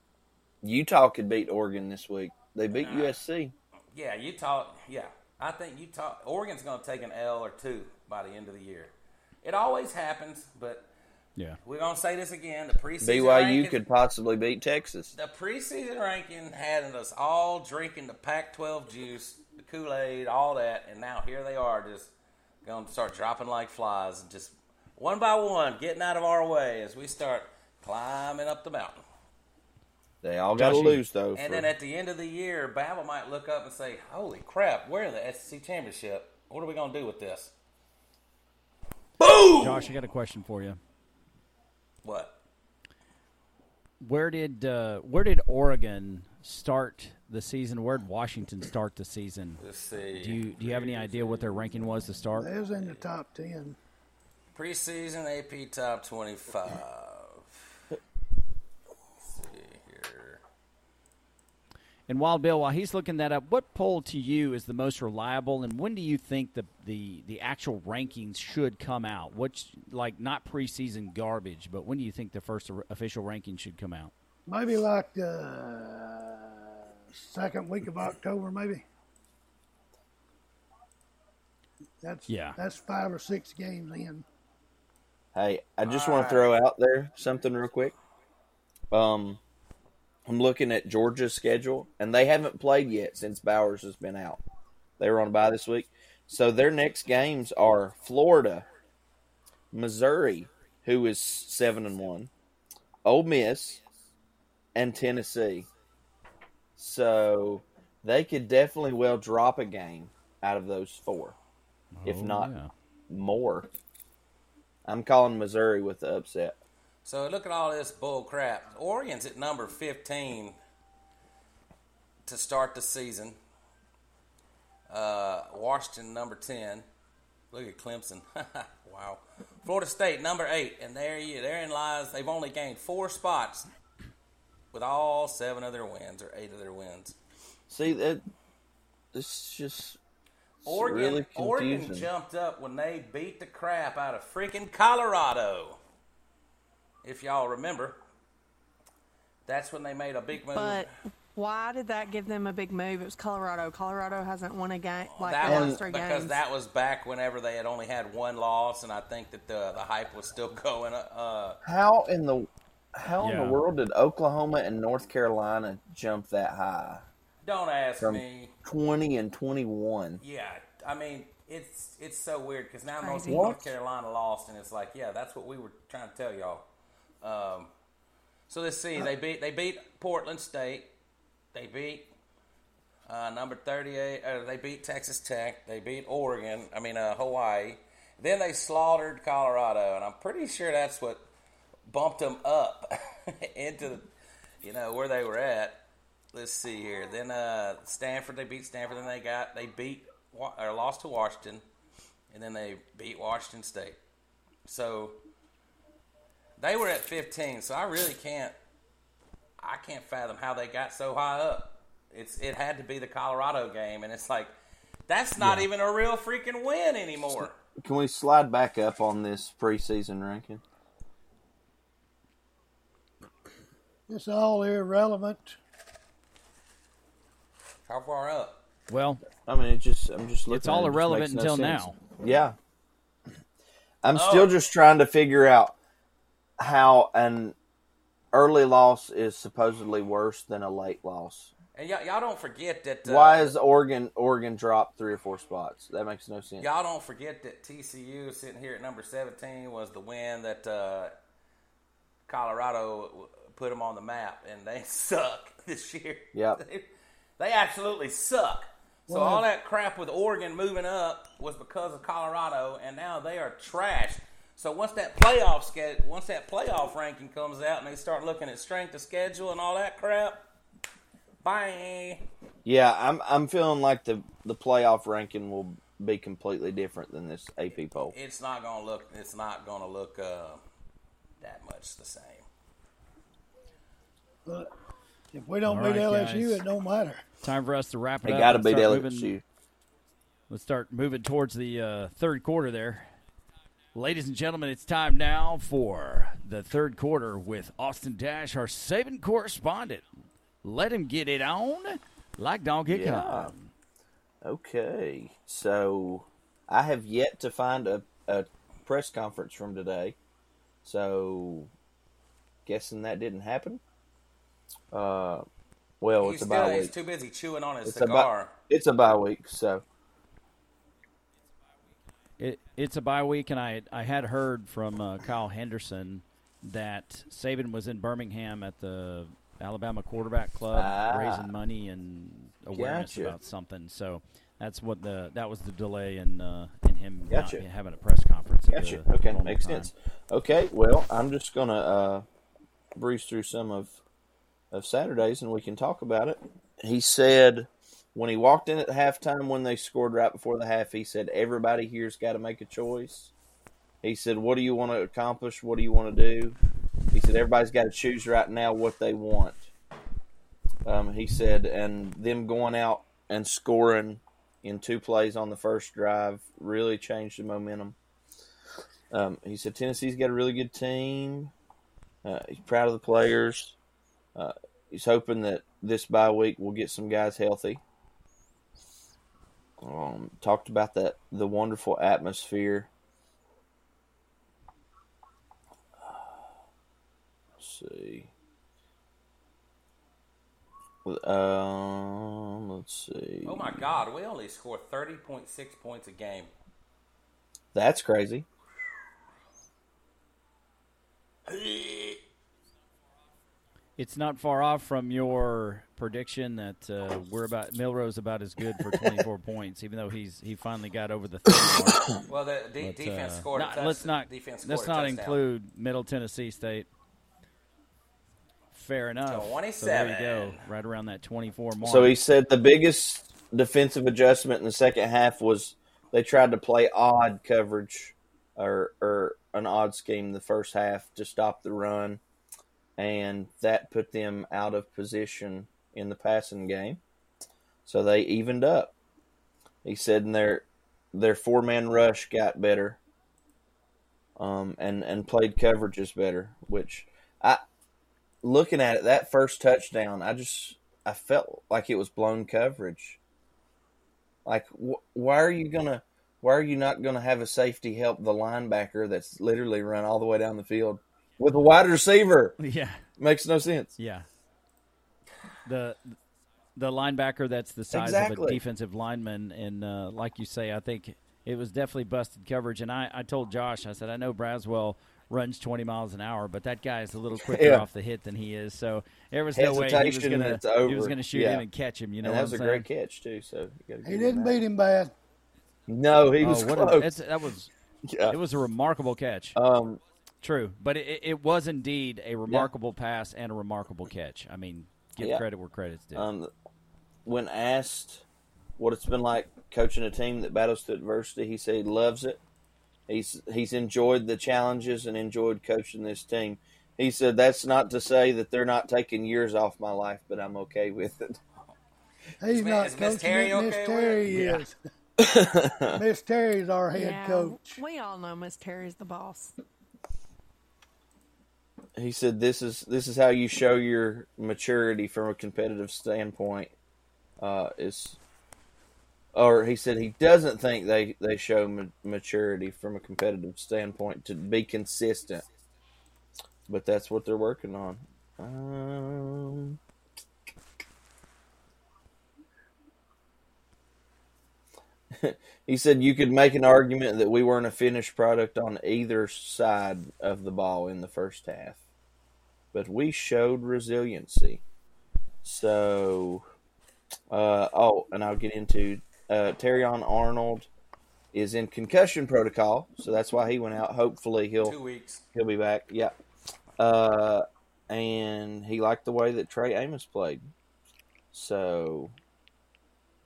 Utah could beat Oregon this week. They beat USC.
Yeah, Utah. Yeah, I think Utah. Oregon's going to take an L or two by the end of the year. It always happens, but
Yeah,
we're going to say this again: the preseason
BYU
rankings-
could possibly beat Texas.
The preseason ranking had us all drinking the Pac-12 juice, the Kool-Aid, all that, and now here they are, just going to start dropping like flies, and just one by one getting out of our way as we start climbing up the mountain.
They all got to
Joshy.
lose though.
And
for-
then at the end of the year, Babel might look up and say, "Holy crap, we're in the SEC E championship. What are we gonna do with this?
Josh, I got a question for you.
What?
Where did uh, where did Oregon start the season? Where did Washington start the season?
Let's see.
Do you do you have any idea what their ranking was to start?
They was in the top ten.
Preseason AP top 25. Let's see here.
And Wild Bill, while he's looking that up, what poll to you is the most reliable, and when do you think the the, the actual rankings should come out? Which like not preseason garbage, but when do you think the first o- official ranking should come out?
Maybe like the second week of October, maybe. That's
Yeah.
That's five or six games in.
Hey, I just want to throw out there something real quick. Um, I'm looking at Georgia's schedule, and they haven't played yet since Bowers has been out. They were on a bye this week, so their next games are Florida, Missouri, who is seven and one, Ole Miss, and Tennessee. So they could definitely well drop a game out of those four, if
Oh,
not
yeah.
more. I'm calling Missouri with the upset.
So look at all this bull crap. Oregon's at number 15 to start the season. Uh, Washington number 10. Look at Clemson. wow. Florida State number 8 and there you therein lies they've only gained 4 spots with all 7 of their wins or 8 of their wins.
See that this just
Oregon,
really
Oregon
confusing.
jumped up when they beat the crap out of freaking Colorado. If y'all remember, that's when they made a big move.
But why did that give them a big move? It was Colorado. Colorado hasn't won a game like
that
the
was
last three
because
games.
that was back whenever they had only had one loss, and I think that the the hype was still going. Uh,
how in the how in
Yeah.
the world did Oklahoma and North Carolina jump that high?
don't ask
From-
me.
Twenty and twenty one.
Yeah, I mean it's it's so weird because now North,
Crazy.
North
What?
Carolina lost, and it's like, yeah, that's what we were trying to tell y'all. Um, so let's see, they beat they beat Portland State, they beat uh, number thirty eight, uh, they beat Texas Tech, they beat Oregon, I mean uh, Hawaii. Then they slaughtered Colorado, and I'm pretty sure that's what bumped them up into the, you know where they were at. Let's see here. Then uh, Stanford, they beat Stanford. Then they got they beat Wa- or lost to Washington, and then they beat Washington State. So they were at 15. So I really can't I can't fathom how they got so high up. It's it had to be the Colorado game, and it's like that's not even a real freaking win anymore.
Can we slide back up on this preseason ranking?
It's all irrelevant.
How far up?
Well,
I mean, it just I'm just looking.
it's
at
all
it, it just
irrelevant
makes no
until
sense.
now.
Yeah, I'm still just trying to figure out how an early loss is supposedly worse than a late loss.
And y'all, y'all don't forget that uh,
Why is Oregon Oregon dropped three or four spots? That makes no sense.
Y'all don't forget that TCU sitting here at number 17 was the win that uh, Colorado w- put them on the map, and they suck this year.
Yep.
They, they absolutely suck. So
Well,
all that crap with Oregon moving up was because of Colorado, and now they are trash. So once that playoff sched once that playoff ranking comes out, and they start looking at strength of schedule and all that crap, bye.
Yeah, I'm I'm feeling like the the playoff ranking will be completely different than this AP poll.
it's not gonna look it's not gonna look uh, that much the same.
But if we don't
All
beat
right,
LSU,
guys.
it don't matter.
Time for us to wrap it,
They
up.
got to
Let's
beat
start
LSU.
moving- Let's start moving towards the uh, third quarter there. Ladies and gentlemen, it's time now for the third quarter with Austin Dash, our Saban correspondent. Let him get it on like Don Get
Yeah.
Con.
Okay, so I have yet to find a, a press conference from today, so guessing that didn't happen. Uh, well,
he's
it's a
still
bye
he's
week.
too busy chewing on his
It's a bye,
cigar.
it's a bye week, so
It, it's a bye week, and I, I had heard from uh, Kyle Henderson that Saban was in Birmingham at the Alabama Quarterback Club
Ah.
raising money and awareness
Gotcha.
about something. So That's what the that was the delay in uh, in him
Gotcha.
not having a press conference. at
Gotcha.
the
Okay,
normal
makes
time.
sense. Okay, well, I'm just gonna uh, breeze through some of of Saturdays, and we can talk about it. He said when he walked in at halftime, when they scored right before the half, he said everybody here's got to make a choice. He said, "What do you want to accomplish? What do you want to do?" He said, "Everybody's got to choose right now what they want." Um, he said, and them going out and scoring in two plays on the first drive really changed the momentum. Um, he said Tennessee's got a really good team. Uh, he's proud of the players. Uh, he's hoping that this bye week will get some guys healthy. Um, talked about that the wonderful atmosphere. Let's see. Um, let's see.
Oh my God, we only score thirty point six points a game.
That's crazy.
It's not far off from your prediction that uh, we're about Milrose about as good for 24 points, even though he's he finally got over the. 30 mark.
Well, the de-
But, uh,
defense scored. a
not-
touch-
let's not
Defense
let's
scored a
not
touchdown.
include Middle Tennessee State. Fair enough. So there you go,
27.
right around that 24 mark.
So he said the biggest defensive adjustment in the second half was they tried to play odd coverage or or an odd scheme the first half to stop the run, and that put them out of position in the passing game. So they evened up. He said, and their their four man rush got better, um, and and played coverages better. Which I looking at it, that first touchdown, I just I felt like it was blown coverage. Like, wh- why are you gonna? Why are you not gonna have a safety help the linebacker that's literally run all the way down the field with a wide receiver?
yeah,
Makes no sense.
yeah. The the linebacker that's the size of a
Exactly.
defensive lineman, and uh, like you say, I think it was definitely busted coverage. And I, I told Josh, I said, I know Braswell runs 20 miles an hour, but that guy is a little quicker
Yeah.
off the hit than he is. So there was no way he was
Hesitation,
gonna
it's over.
he was gonna shoot
Yeah.
him and catch him. You know,
and
what
that was
I'm
a
saying?
great catch too. So you gotta
He
give
didn't
him that.
beat him bad.
No, he
Oh,
was
what a-
close.
that's- that was
yeah.
it was a remarkable catch.
um,
True, but it, it was indeed a remarkable pass and a remarkable catch. I mean, give
Yeah.
credit where credit's due.
um, when asked what it's been like coaching a team that battles through adversity, he said he loves it. He's he's enjoyed the challenges and enjoyed coaching this team. He said that's not to say that they're not taking years off my life, but I'm okay with it.
He's
Is Mi-
not
is Miss
coaching
Terry
it. Miss
okay with
Terry is. Miss Terry's our head
Yeah,
coach.
We all know Miss Terry's the boss.
He said this is this is how you show your maturity from a competitive standpoint. Uh, is or he said he doesn't think they they show ma- maturity from a competitive standpoint to be consistent, but that's what they're working on. Um, he said you could make an argument that we weren't a finished product on either side of the ball in the first half, but we showed resiliency. So, uh, oh, and I'll get into uh, Terrion Arnold is in concussion protocol, so that's why he went out. Hopefully,
Two
he'll
weeks.
he'll be back. Yeah, uh, and he liked the way that Trey Amos played. So,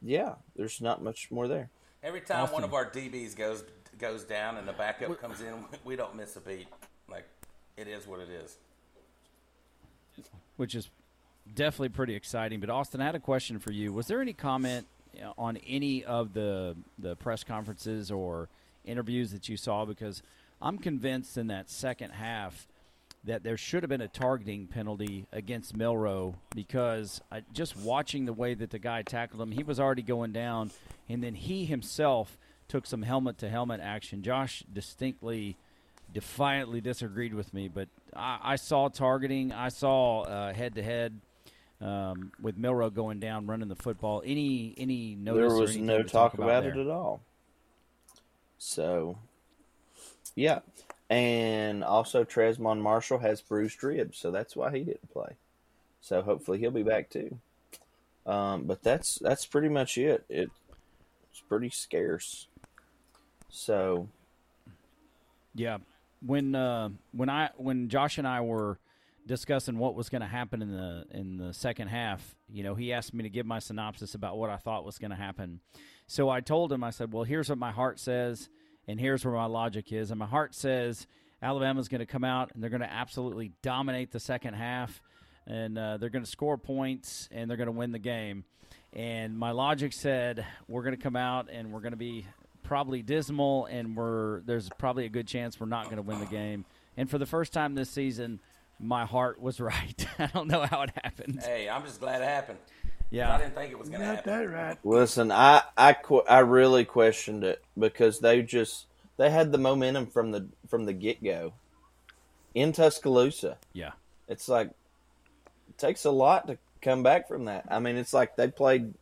yeah, there's not much more there.
Every time one of our DBs goes goes down and the backup comes in, we don't miss a beat. Like it is what it is.
which is definitely pretty exciting. But Austin, I had a question for you. Was there any comment uh, on any of the the press conferences or interviews that you saw? Because I'm convinced in that second half that there should have been a targeting penalty against Milrow because I, just watching the way that the guy tackled him, he was already going down, and then he himself took some helmet to helmet action. Josh distinctly defiantly disagreed with me, but I, I saw targeting. I saw head to head with Milrow going down, running the football. Any any notice?
there
or
was
anything
no
to
talk about, it
there?
at all. So, yeah, and also Tresmond Marshall has bruised ribs, so that's why he didn't play. So hopefully he'll be back too. Um, but that's that's pretty much it. It It's pretty scarce. So
Yeah. When uh, when I when Josh and I were discussing what was going to happen in the in the second half, you know, he asked me to give my synopsis about what I thought was going to happen. So I told him I said, "Well, here's what my heart says and here's where my logic is." And my heart says Alabama's going to come out and they're going to absolutely dominate the second half and uh, they're going to score points and they're going to win the game. And my logic said we're going to come out and we're going to be probably dismal and we're there's probably a good chance we're not going to win the game. And for the first time this season, my heart was right. I don't know how it happened.
Hey, I'm just glad it happened. I
Yeah,
didn't think it was going to
Got that
happen.
right.
listen, I I que- I really questioned it because they just they had the momentum from the from the get go in Tuscaloosa.
yeah,
It's like it takes a lot to come back from that. I mean, it's like they played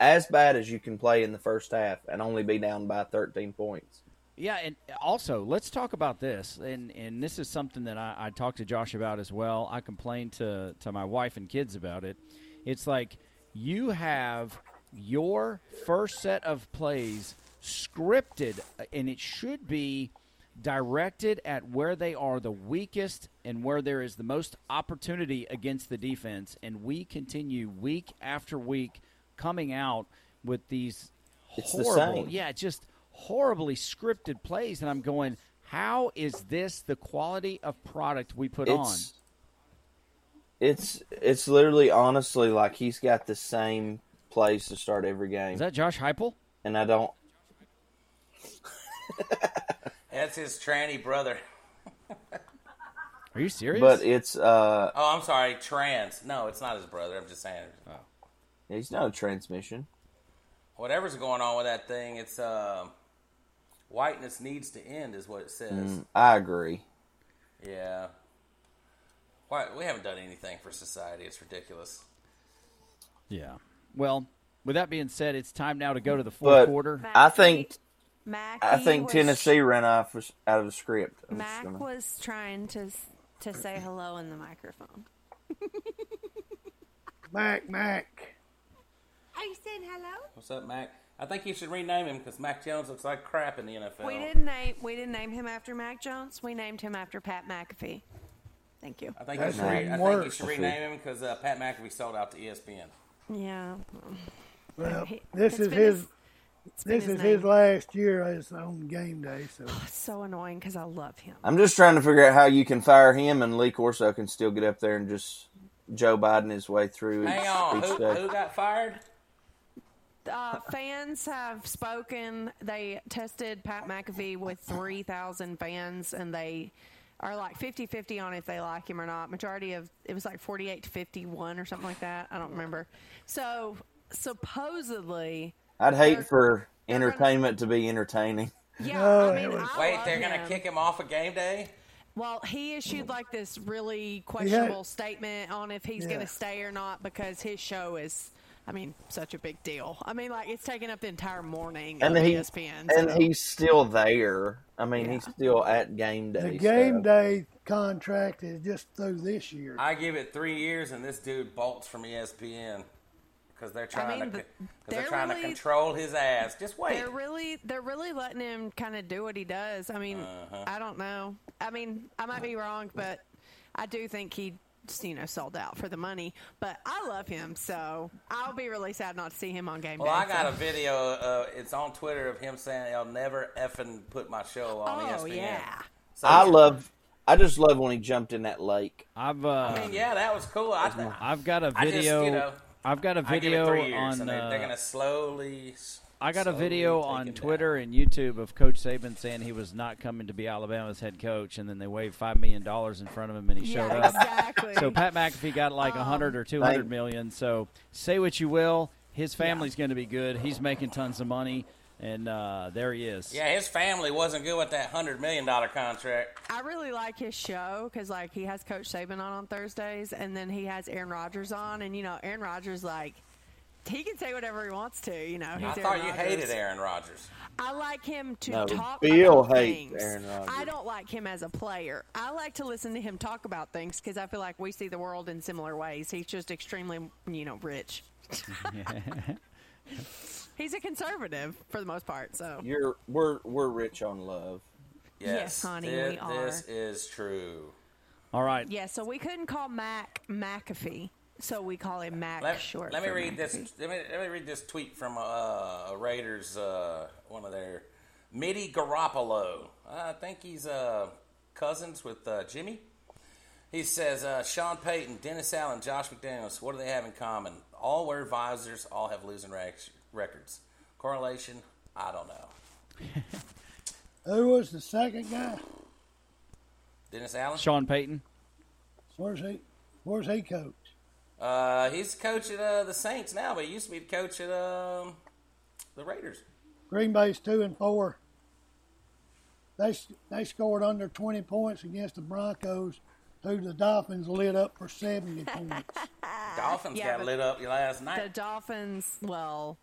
as bad as you can play in the first half and only be down by 13 points.
yeah. And also, let's talk about this. And and this is something that I, I talked to Josh about as well. I complained to to my wife and kids about it. It's like you have your first set of plays scripted, uh, and it should be directed at where they are the weakest and where there is the most opportunity against the defense. And we continue week after week coming out with these
It's the
horrible,
same.
yeah, it's just horribly scripted plays. And I'm going, how is this the quality of product we put on?
It's it's it's literally honestly like he's got the same plays to start every game,
Is that Josh Heupel?
and I don't.
That's his tranny brother.
Are you serious?
But it's uh,
Oh, I'm sorry, trans. No, it's not his brother. I'm just saying.
Uh,
he's not a transmission.
Whatever's going on with that thing, it's uh, whiteness needs to end, is what it says.
I agree.
Yeah. Why, we haven't done anything for society. It's ridiculous.
yeah. Well, with that being said, it's time now to go to the fourth
But
quarter.
I think
Mac.
I think Tennessee ran off s- out of the script. I'm just
Mac
gonna-
was trying to s- to say hello in the microphone.
Mac, Mac.
Are you saying hello?
What's up, Mac? I think you should rename him because Mac Jones looks like crap in the NFL.
We didn't name we didn't name him after Mac Jones. We named him after Pat McAfee. Thank you.
I think, you
That's
should, re-
even
I think you
worse.
should rename him because uh, Pat McAfee sold out to ESPN.
Yeah.
Well,
He-
this
it's
is
been
his.
it's been
This is
name.
his last year as on game day. So
Oh,
It's so annoying because I love him.
I'm just trying to figure out how you can fire him and Lee Corso can still get up there and just Joe Biden his way through each,
Hang on,
each
who,
day.
who got fired?
Uh, fans have spoken. They tested Pat McAfee with 3,000 fans, and they are like 50 50 on if they like him or not. Majority of it was like 48 to 51 or something like that. I don't remember. So, supposedly,
I'd
They're-
hate for
they're gonna-
entertainment to be entertaining.
yeah,
No,
I mean,
it was-
I
Wait,
love
they're going to
him.
kick him off a game day?
Well, he issued like this really questionable statement on if he's going
Yeah.
to stay or not because his show is, I mean, such a big deal. I mean, like it's taking up the entire morning
And
of E
he
ESPN.
and
so-
he's still there. I mean, he's still at game day.
the
uh,
game
so-
day contract is just through this year.
I give it three years, and this dude bolts from E ESPN because they're trying
mean,
to
th-
because they're,
they're
trying
really-
to control his ass. Just wait.
They're really they're really letting him kind of do what he does. I mean,
Uh-huh.
I don't know. I mean, I might be wrong, but I do think he just, you know sold out for the money. But I love him, so I'll be really sad not to see him on game
Well, I
day.
got a
so-
video. Uh, it's on Twitter of him saying, "I'll never effing put my show on E
Oh
ESPN."
yeah.
So,
I love. I just love when he jumped in that lake.
I've uh,
I mean, yeah, that was cool. I, I,
I've got a
I just, you
video.
know,
I've got a
I give it
video
three years,
on.
and they're,
uh,
they're gonna slowly. s-
I got a
slowly
video
take
on
him down.
Twitter and YouTube of Coach Saban saying he was not coming to be Alabama's head coach, and then they waved five million dollars in front of him, and he showed
Yeah,
up.
exactly.
So Pat McAfee got like a hundred or two hundred
Thank-
million. So say what you will, his family's going to be good. He's making tons of money, and uh, there he is.
Yeah, his family wasn't good with that hundred million dollar contract.
I really like his show because like he has Coach Saban on on Thursdays, and then he has Aaron Rodgers on, and you know Aaron Rodgers like he can say whatever he wants to. You know, he's
I
Aaron
thought you
Rodgers.
hated Aaron Rodgers.
I like him to
No,
talk
Bill
about
hates
things.
Aaron Rodgers.
I don't like him as a player. I like to listen to him talk about things because I feel like we see the world in similar ways. He's just extremely, you know, rich. He's a conservative for the most part, so
You're we're we're rich on love.
Yes, honey,
thi-
we are.
This is true.
All right.
yeah. So we couldn't call Mac McAfee, so we call him Mac
Let,
short.
let me
for
read
McAfee.
this. Let me, let me read this tweet from uh, a Raiders, uh, one of their Mitty Garoppolo. I think he's uh, cousins with uh, Jimmy. He says uh, Sean Payton, Dennis Allen, Josh McDaniels. What do they have in common? All wear visors. All have losing rec- records. Correlation? I don't know.
Who was the second guy?
Dennis Allen.
Sean Payton.
Where's he? Where's he coach?
Uh, he's coach at uh, the Saints now, but he used to be the coach at um, the Raiders.
Green Bay's two and four. They they scored under twenty points against the Broncos, who the Dolphins lit up for seventy points.
Dolphins
Uh, yeah,
got
but
lit up last
The
night.
Dolphins. Well,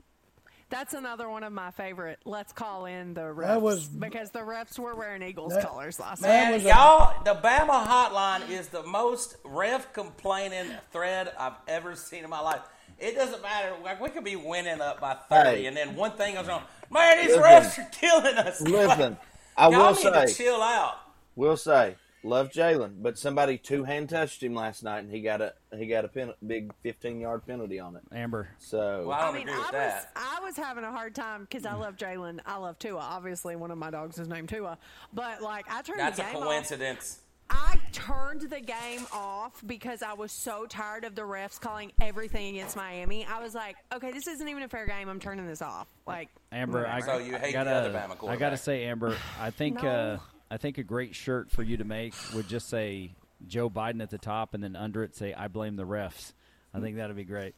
that's another one of my favorite. Let's call in the refs
That was-
because the refs were wearing Eagles
That-
colors last
that
night.
And
was a-
y'all, the Bama hotline is the most ref complaining thread I've ever seen in my life. It doesn't matter. Like we could be winning up by thirty,
Hey.
and then one thing goes wrong. Man, these
Listen.
refs are killing us.
Listen,
Like,
I
y'all
will
need
say,
to chill out.
will say, love Jalen, but somebody two hand touched him last night, and he got a he got a pen, big fifteen yard penalty on it.
Amber.
So
Well, I
I
don't
mean,
agree
I
with
was
that.
I was having a hard time because I love Jalen. I love Tua. Obviously, one of my dogs is named Tua. But like, I turned
That's
the
a
game off.
coincidence.
I turned the game off because I was so tired of the refs calling everything against Miami. I was like, okay, this isn't even a fair game. I'm turning this off. Like,
Amber, I,
So you hate
I gotta,
the other Bama
I
quarterback.
gotta say, Amber, I think
No.
uh, I think a great shirt for you to make would just say Joe Biden at the top, and then under it say "I blame the refs." I think that'd be great.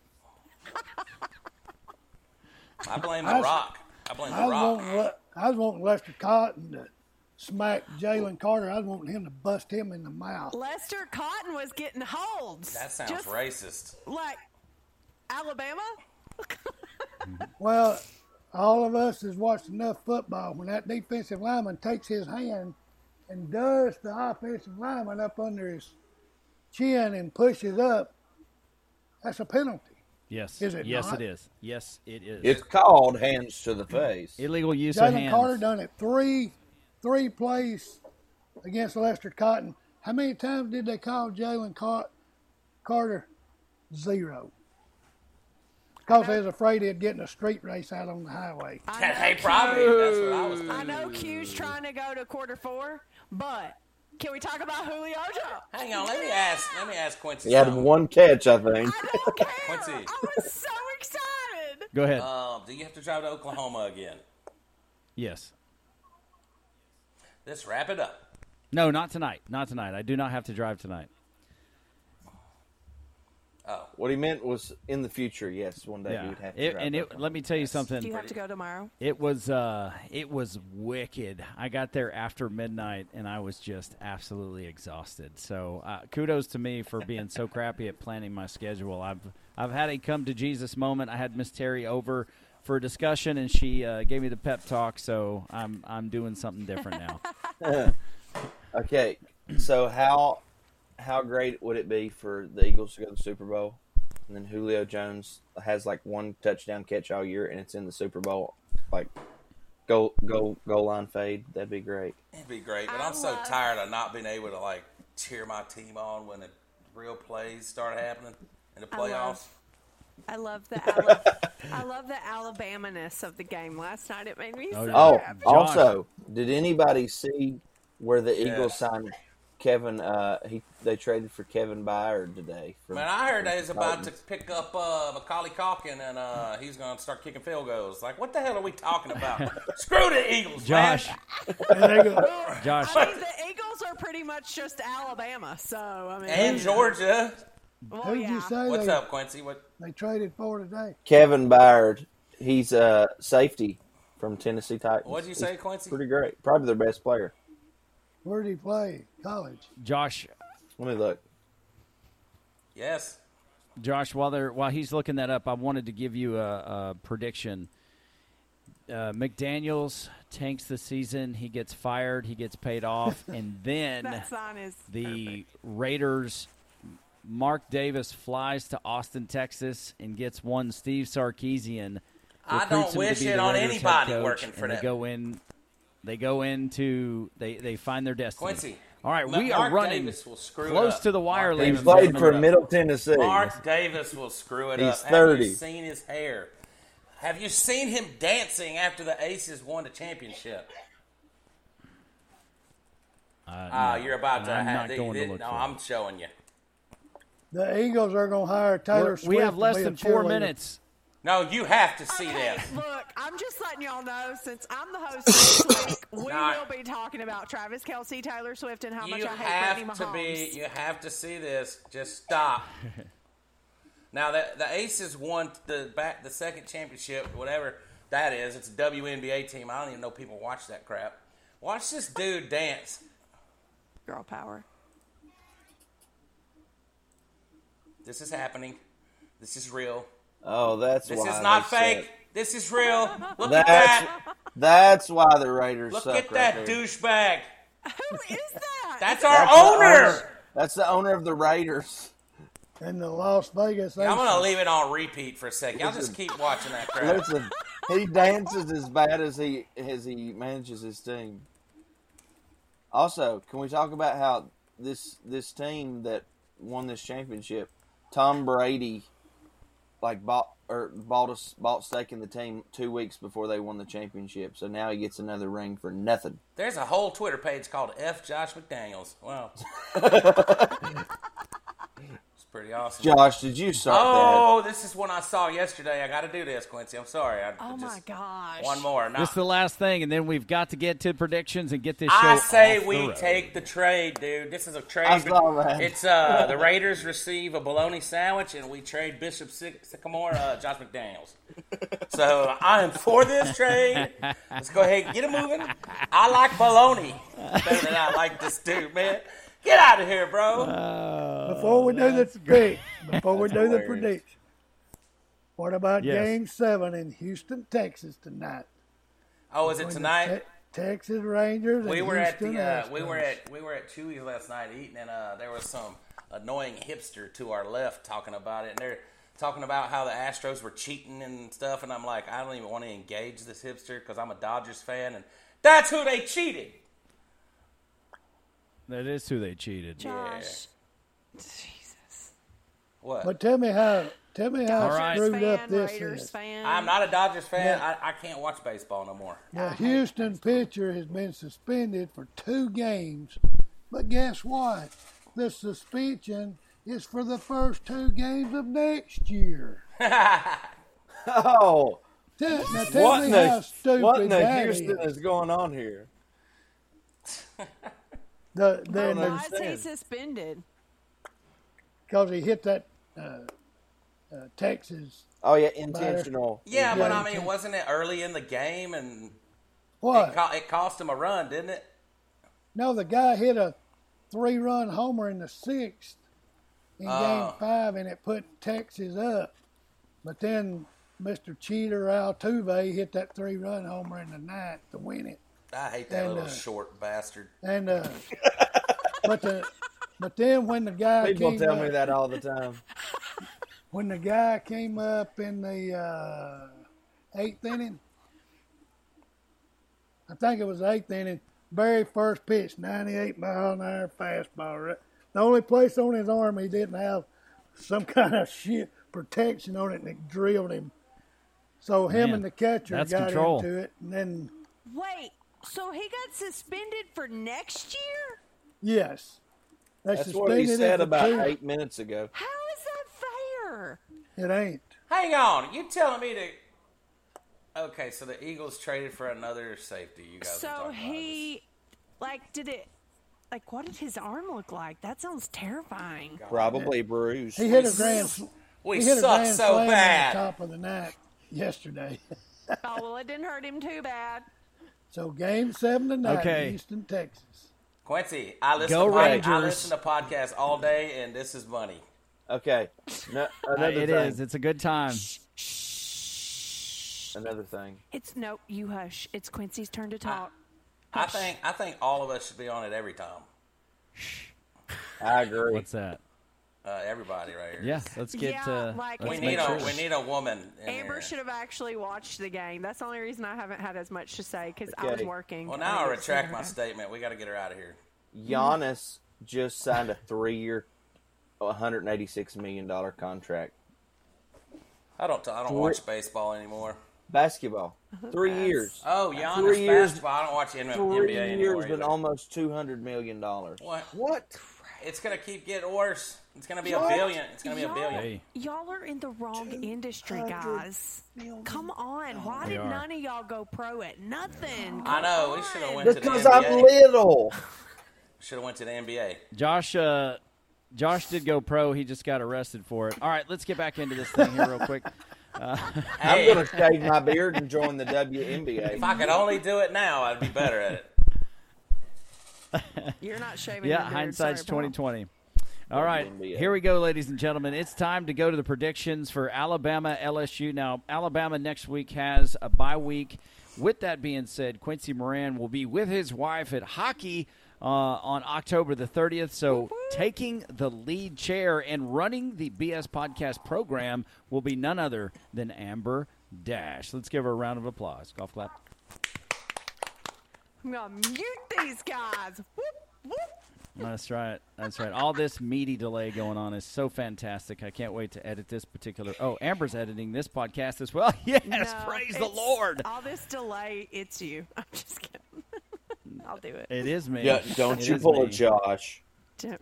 I blame the
I was-
Rock. I blame
I
the
was
Rock.
wanting Le- I was wanting Lester Cotton to smack Jalen Carter. I was wanting him to bust him in the mouth.
Lester Cotton was getting holds.
That sounds
Just
racist.
Like Alabama.
Well, all of us has watched enough football. When that defensive lineman takes his hand and does the offensive lineman up under his chin and pushes up, that's a penalty.
Yes,
Is it
yes,
not?
it is. Yes, it is.
it's called hands to the face.
Illegal use of
Jalen
hands.
Carter done it three, three plays against Lester Cotton. How many times did they call Jalen Car- Carter? Zero. Because they was afraid he'd get in a street race out on the highway.
Hey, probably. That's what I was thinking.
I know Q's trying to go to quarter four, but can we talk about Julio? Jones?
Hang on, let me ask. Let me ask Quincy.
He had
something.
one catch, I think.
I don't care.
Quincy.
I was so excited.
Go ahead.
Um, do you have to drive to Oklahoma again?
yes.
Let's wrap it up.
No, not tonight. Not tonight. I do not have to drive tonight.
What he meant was in the future. Yes, one day he
Yeah.
would have to.
It,
drive
and
that
it,
one.
let me tell you something.
Do you have to go tomorrow?
It was uh it was wicked. I got there after midnight and I was just absolutely exhausted. So uh, kudos to me for being so crappy at planning my schedule. I've I've had a come to Jesus moment. I had Miss Terry over for a discussion and she uh, gave me the pep talk. So I'm I'm doing something different now.
Okay, so how how great would it be for the Eagles to go to the Super Bowl, and then Julio Jones has like one touchdown catch all year, and it's in the Super Bowl, like goal goal goal line fade. That'd be great.
It'd be great, but
I
I'm so
love-
tired of not being able to like cheer my team on when the real plays start happening in the playoffs.
love- I love the Ala- I love the Alabama-ness of the game last night. It made me so
yeah.
Oh,
happy.
also, did anybody see where the Eagles
Yeah.
signed Kevin? Uh, he they traded for Kevin Byard today. From,
Man, I heard
from
they was about to
Titans.
pick up uh, Macaulay Calkin and uh, he's gonna start kicking field goals. Like, what the hell are we talking about? Screw the Eagles, man.
Josh,
And they go,
Josh,
I mean, the Eagles are pretty much just Alabama, so I mean,
and Georgia.
well,
who'd you
Oh, yeah.
say
What's
they,
up, Quincy? What?
they traded for today?
Kevin Byard. He's a uh, safety from Tennessee Titans.
What'd you
He's
say, Quincy?
Pretty great. Probably their best player.
Where'd he play? College.
Josh,
Let me look.
Yes.
Josh, while they're while he's looking that up, I wanted to give you a, a prediction. Uh, McDaniel's tanks the season. He gets fired. He gets paid off, and then
That sign is
the Raiders. Mark Davis flies to Austin, Texas, and gets one Steve Sarkeesian,
I
recruits
don't
him to
wish
be
it
the
on
Raiders' head
anybody
coach,
working for
and
them.
They go in. They go into they they find their destiny.
Quincy.
All right,
Ma-
we
Mark
are running
Davis will screw it
close
up.
to the wire,
Mark Davis
ladies. and
Played
gentlemen.
for Middle Tennessee.
Mark Davis will screw it
He's
up. Have
30.
you seen his hair? Have you seen him dancing after the Aces won the championship?
Uh,
Ah, you're about to
I'm
have
not going to
th-
look
No,
for it.
I'm showing you.
The Eagles are going to hire Taylor
We're-
Swift.
we have
to
less
be a
than four
cheerleader.
minutes.
No, you have to see
Okay,
this.
look, I'm just letting y'all know since I'm the host this week, we
Nah.
will be talking about Travis Kelsey, Taylor Swift, and how much
you
I
have
hate Brittany
to
Mahomes.
be you have to see this just stop now the, the aces won the back the second championship whatever that is it's a WNBA team I don't even know people watch that crap watch this dude dance
Girl power.
this is happening this is real
Oh, that's
this
why
is not
they
fake
suck.
this is real look at
That's
that
that's why the Raiders
look
suck
at
right
that
there.
douchebag
Who is that?
that's
That's
our
the
owner
That's the owner of the Raiders.
And the Las Vegas
I'm
Aces.
gonna leave it on repeat for a second y'all just keep watching that crap
Listen, he dances as bad as he as he manages his team. Also, can we talk about how this this team that won this championship, Tom Brady, like bought or bought us bought stake in the team two weeks before they won the championship, so now he gets another ring for nothing.
There's a whole Twitter page called F Josh McDaniels. Wow. it's pretty awesome.
Josh, did you start
oh, this is one I saw yesterday. I got to do this, Quincy. I'm sorry. I,
oh
just,
my gosh.
One more. No.
This is the last thing, and then we've got to get to predictions and get this show.
I say
off the
we
road.
take the trade, dude. This is a trade.
I saw that.
It's uh, the Raiders receive a bologna sandwich, and we trade Bishop Sy- Sycamore, uh, Josh McDaniels. So I am for this trade. Let's go ahead and get it moving. I like bologna better than I like this dude, man. Get out of here, bro.
Before we do the pick, before we do the
hilarious.
prediction, what about
Yes.
Game Seven in Houston, Texas tonight?
Oh, is it
When the
tonight?
Te- Texas Rangers.
We
and
were at
Houston
the uh, we
Astros.
were at we were at Chewy's last night eating, and uh, there was some annoying hipster to our left talking about it, and they're talking about how the Astros were cheating and stuff, and I'm like, I don't even want to engage this hipster because I'm a Dodgers fan, and that's who they cheated.
That is who they cheated.
Josh.
What?
But tell me how. Tell me how
All right.
screwed
Fan,
up this
Raiders
is.
fan.
I'm not a Dodgers fan.
Yeah.
I, I can't watch baseball no more.
Now, Houston pitcher has been suspended for two games, but guess what? The suspension is for the first two games of next year.
that? Oh,
Tell, now tell
what
me
in
how
the,
stupid
what in the
that
Houston
is.
is going on here?
The, the,
don't
the,
Why is he
understand.
suspended?
because he hit that uh, uh, Texas.
Oh yeah, intentional.
Yeah, but I
Yeah.
mean, wasn't it early in the game, and it,
What?
co- it cost him a run, didn't it?
No, the guy hit a three-run homer in the sixth in
Oh.
Game Five, and it put Texas up. But then Mr. Cheater Altuve hit that three-run homer in the ninth to win it.
I hate that
And,
little
uh,
short bastard.
And uh, but the but then when the guy
People
came
tell
up,
me that all the time.
when the guy came up in the uh, eighth inning, I think it was the eighth inning. Very first pitch, 98 mile an hour fastball. Right? The only place on his arm he didn't have some kind of shit protection on it, and it drilled him. So him
Man,
and the catcher
that's
got
control.
into it, and then
Wait, so he got suspended for next year?
yes, they
That's what he
suspended him
said
for
about
two.
eight minutes ago.
How is that fair?
It ain't.
Hang on, you telling me to? Okay, so the Eagles traded for another safety. You guys. are
So
talking about
he, like, did it? Like, what did his arm look like? That sounds terrifying.
Probably bruised.
He hit a grand. sl-
We
he hit a
suck
grand
so
slam
bad.
on the top of the night yesterday.
oh well, it didn't hurt him too bad.
So game seven tonight,
Okay.
in Houston, Texas.
Quincy, I listen.
Go
to pod- I
Rangers.
listen to podcasts all day, and this is money.
Okay. No,
Uh,
another
it
thing.
is. It's a good time.
Another thing.
It's no, you hush. It's Quincy's turn
Ah,
to talk.
I think. I think all of us should be on it every time.
I agree.
What's that?
uh, everybody right here.
Yeah, let's get.
Yeah,
uh,
like-
let's
We
It's
need
make
a
sure.
we need a woman. In
Amber
here.
should have actually watched the game. That's the only reason I haven't had as much to say because I was
Okay.
working.
Well, now I
didn't see
retract
her.
my statement. We got to get her out of here.
Giannis just signed a three-year, 186 million dollar contract.
I don't. I don't
Three-
watch baseball anymore.
Basketball, three years,
Oh, Giannis
Three years-
basketball. I don't watch N-
three
NBA anymore.
years, and
either.
almost 200 million dollars.
What?
What?
It's gonna keep getting worse. It's gonna be a
What?
billion. It's gonna be a
Y'all-
billion.
Hey.
Y'all are in the wrong industry, guys. Come on. Why
They
did
are.
none of y'all go pro at nothing?
I
Come
know. We
on.
should have went to the
Because I'm
NBA.
little.
Should have went to the NBA.
Josh. Uh, Josh did go pro. He just got arrested for it. All right, let's get back into this thing here real quick.
Hey,
I'm gonna shave my beard and join the WNBA.
if I could only do it now, I'd be better at it.
You're not shaving.
Yeah,
your beard.
hindsight's
Sorry, Paul.
twenty twenty. All right,
NBA.
here we go, ladies and gentlemen. It's time to go to the predictions for Alabama LSU. Now, Alabama next week has a bye week. With that being said, Quincy Moran will be with his wife at hockey uh, on October the 30th. So, taking the lead chair and running the BS podcast program will be none other than Amber Dash. Let's give her a round of applause. Golf clap.
I'm gonna mute these guys. Whoop, whoop.
That's right. That's right. All this meaty delay going on is so fantastic. I can't wait to edit this particular. Oh, Amber's editing this podcast as well. Yes,
No,
praise the
it's-
Lord.
All this delay, it's you. I'm just kidding. I'll do it.
It is me.
Yeah, don't
It
you
is
pull a
me.
Josh.
Don't-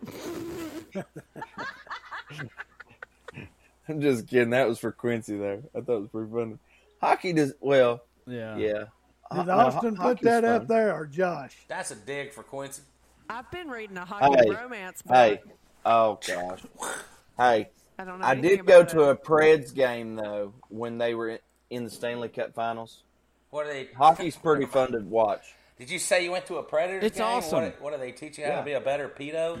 I'm just kidding. That was for Quincy there. I thought it was pretty funny. Hockey does well.
Yeah.
Yeah. Ho-
Did
no, ho-
Austin put
hockey's
that up
fun.
there or Josh?
That's a dig for Quincy.
I've been reading a hockey
Hey,
romance book.
Hey. Oh gosh. Hey.
I don't know.
I
anything
did go
about it.
to a Preds game though when they were in the Stanley Cup Finals.
What are they?
Hockey's pretty fun to watch.
Did you say you went to a Predator
It's
game?
awesome.
What, what do they teach you how
Yeah.
to be a better pedo?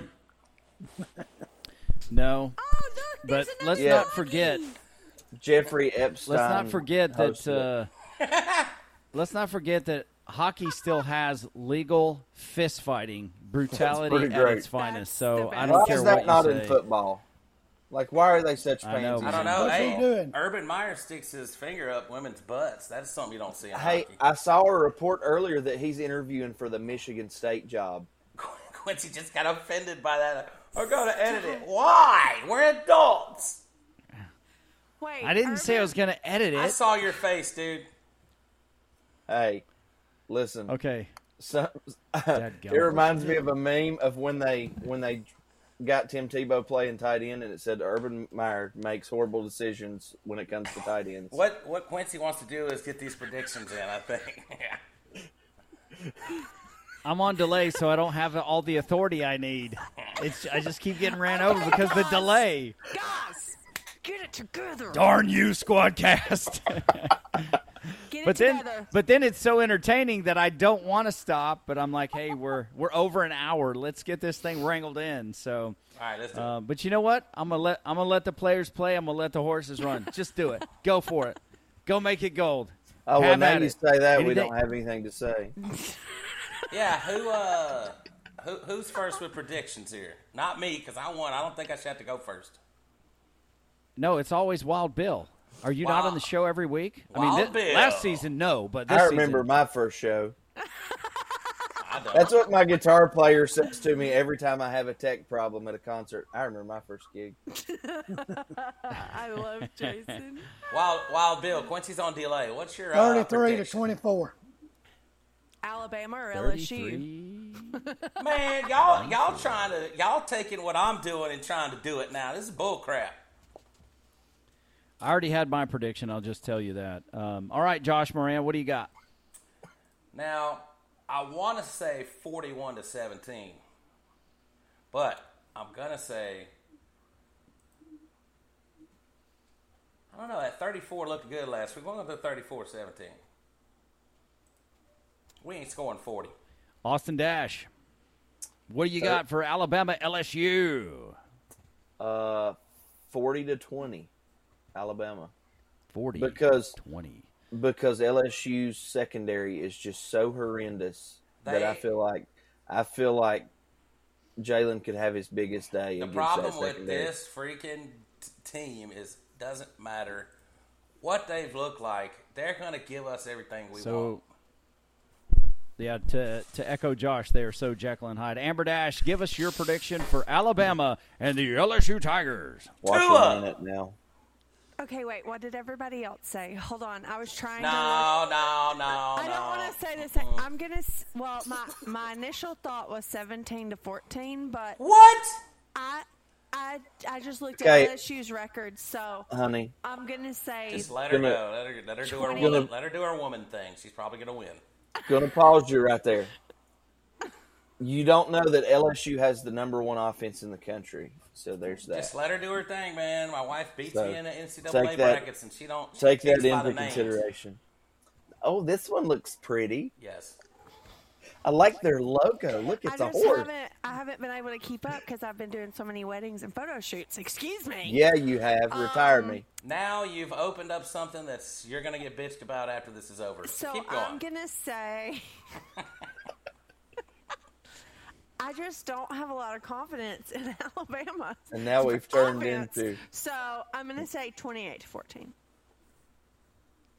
No.
Oh, look,
But
there's another
let's
Yeah.
not forget.
Jeffrey Epstein.
Let's not forget that.
hosted it.
Uh, let's not forget that hockey still has legal fist fighting brutality
pretty
at
great.
its finest.
That's
So I
the best.
don't
Why
Well,
care
is
what
that
you
not
say.
in football? Like, why are they such
I know,
pansies?
I
man.
don't know.
What's he
hey,
doing?
Urban Meyer sticks his finger up women's butts. That's something you don't see in
Hey,
hockey.
I saw a report earlier that he's interviewing for the Michigan State job.
Quincy just got offended by that. We're going to edit it. Why? We're adults.
Wait,
I didn't say I
Urban-
was going to edit
I
it.
saw your face, dude.
Hey, listen.
Okay.
Some,
Dadgummit.
it reminds me of a meme of when they when they got Tim Tebow playing tight end, and it said Urban Meyer makes horrible decisions when it comes to tight ends.
What what Quincy wants to do is get these predictions in. I think. yeah.
I'm on delay, so I don't have all the authority I need. It's I just keep getting ran over because the delay.
Guys, get it together.
Darn you, Squadcast!
Get it
but then,
together.
but then it's so entertaining that I don't want to stop. But I'm like, hey, we're we're over an hour. Let's get this thing wrangled in. So,
All right, let's do
uh, but you know what? I'm gonna let I'm gonna let the players play. I'm gonna let the horses run. Just do it. Go for it. Go make it gold.
Oh, well,
Have
now
at
you
it.
say that, we
Anything-
don't have anything to say.
it. Yeah. Who uh, who who's first with predictions here? Not me, because I won. I don't think I should have to go first.
No, it's always Wild Bill. Are you not
Wow.
on the show every week? I mean,
Wild
thi-
Bill.
last season, no, but this
I remember
season,
my first show.
I don't.
That's what my guitar player says to me every time I have a tech problem at a concert. I remember my first gig.
I love Jason.
Wild Wild Bill. Quincy's on delay. What's your uh,
Thirty-three to
prediction?
twenty-four.
Alabama or LSU?
Man, y'all y'all trying to y'all taking what I'm doing and trying to do it now. This is bull crap.
I already had my prediction. I'll just tell you that. Um, all right, Josh Moran, what do you got?
Now, I want to say 41 to 17, but I'm going to say, I don't know, that 34 looked good last week. We're going to do 34 17. We ain't scoring 40.
Austin Dash, what do you got for Alabama LSU?
Uh, forty to twenty, Alabama,
40
because
20.
because LSU's secondary is just so horrendous that I
They-
feel like I feel like Jalen could have his biggest day.
The
against
problem
that
with
secondary.
this freaking t- team is doesn't matter what they've looked like. They're going to give us everything we
So,
want.
yeah, to, to echo Josh there, so Jekyll and Hyde. Amber Dash, give us your prediction for Alabama and the LSU Tigers.
watch
Tua!
him in it now.
Okay, wait. What did everybody else say? Hold on. I was trying
No,
to.
no, no,
I
no.
don't want to say the same.
Uh-uh.
I'm gonna. s- Well, my my initial thought was 17 to 14, but
What?
I I I just looked
Okay.
at LSU's record, so
Honey,
I'm gonna say
Just let her
Gonna-
go. Let her let her do her
Twenty.
woman, let her do her woman thing. She's probably going to win.
gonna pause you right there. You don't know that LSU has the number one offense in the country, so there's that.
Just let her do her thing, man. My wife beats
So,
me in the NCAA
take that-
brackets, and she don't she
Take that
beats by
into
the names.
consideration. Oh, this one looks pretty.
Yes.
I like their logo. Look,
I
it's a
just
horse.
haven't I haven't been able to keep up because I've been doing so many weddings and photo shoots. Excuse me.
Yeah, you have. Retire
Um,
me.
Now you've opened up something that's you're going to get bitched about after this is over.
So
Keep going.
I'm gonna say. I just don't have a lot of confidence in Alabama.
And now we've turned
Offense.
into
Oh, So I'm gonna say 28 to 14.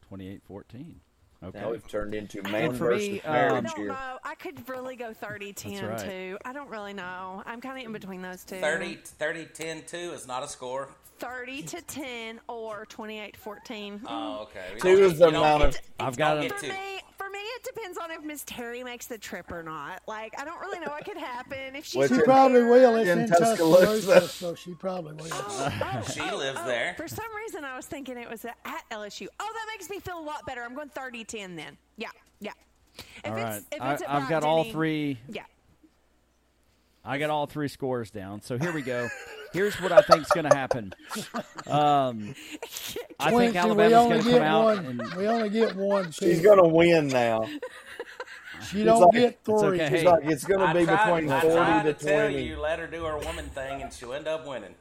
28 14.
now
Okay.
we've turned into man
And for
versus
me,
uh,
I
marriage
um,
don't
here.
know. I could really go 30 10
right.
too. I don't really know. I'm kind of in between those two.
30, 30 10 2 is not a score.
Mm. 30 to 10 or 28 14.
Oh, okay. We
Two
don't-
is the
you don't
amount
get-
of-
I've got
don't
an-
get
Mm. for
two.
me, for me, it depends on if Miss Terry makes the trip or not. Like, I don't really know what could happen if she's
Which
She
in-
not
probably
there.
will. It's
in
in
Tuscaloosa.
Tuscaloosa, so she probably will.
Oh, oh,
She
oh,
lives
oh.
there.
For some reason, I was thinking it was at LSU. Oh, that makes me feel a lot better. I'm going 30 10 then. Yeah, yeah. If
All
it's-
right.
if
I,
it's at
I've got
Brock
all
Denny-
three.
Yeah.
I got all three scores down. So here we go. Here's what I think's going to happen. Um, I think
Quincy,
Alabama's
we only
going to
get
come out
one.
and
we only get one.
She's
She's
gonna win now.
she don't
like-
get
it's
three.
okay.
She's
Hey,
like, it's gonna
I
be
tried,
between
I
forty
tried
to
to tell
twenty.
you, let her do her woman thing, and she'll end up winning.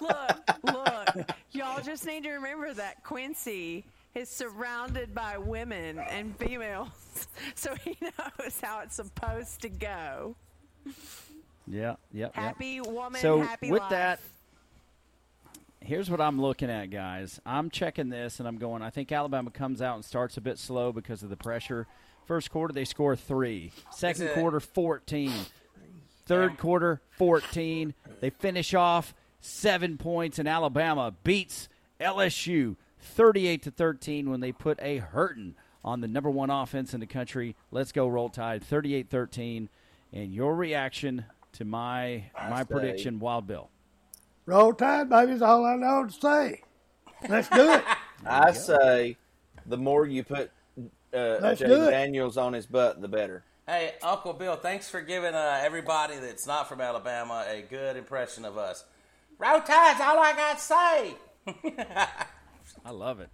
Look, look. Y'all just need to remember that Quincy is surrounded by women and females, so he knows how it's supposed to go.
yeah, yeah, yeah.
Happy woman,
So
happy
with
life.
that, here's what I'm looking at, guys. I'm checking this and I'm going. I think Alabama comes out and starts a bit slow because of the pressure. First quarter they score three. Second
it-
quarter 14. Third quarter 14. They finish off seven points and Alabama beats LSU 38 to 13 when they put a hurtin' on the number one offense in the country. Let's go roll tide 38-13. And your reaction to my my
say-
prediction, Wild Bill.
Roll Tide, baby, is all I know to say. Let's do it.
I say, the more you put uh,
Let's do
Jay
it.
Daniels on his butt, the better.
Hey, Uncle Bill, thanks for giving uh, everybody that's not from Alabama a good impression of us. Row Tide's all I got to say.
I love it.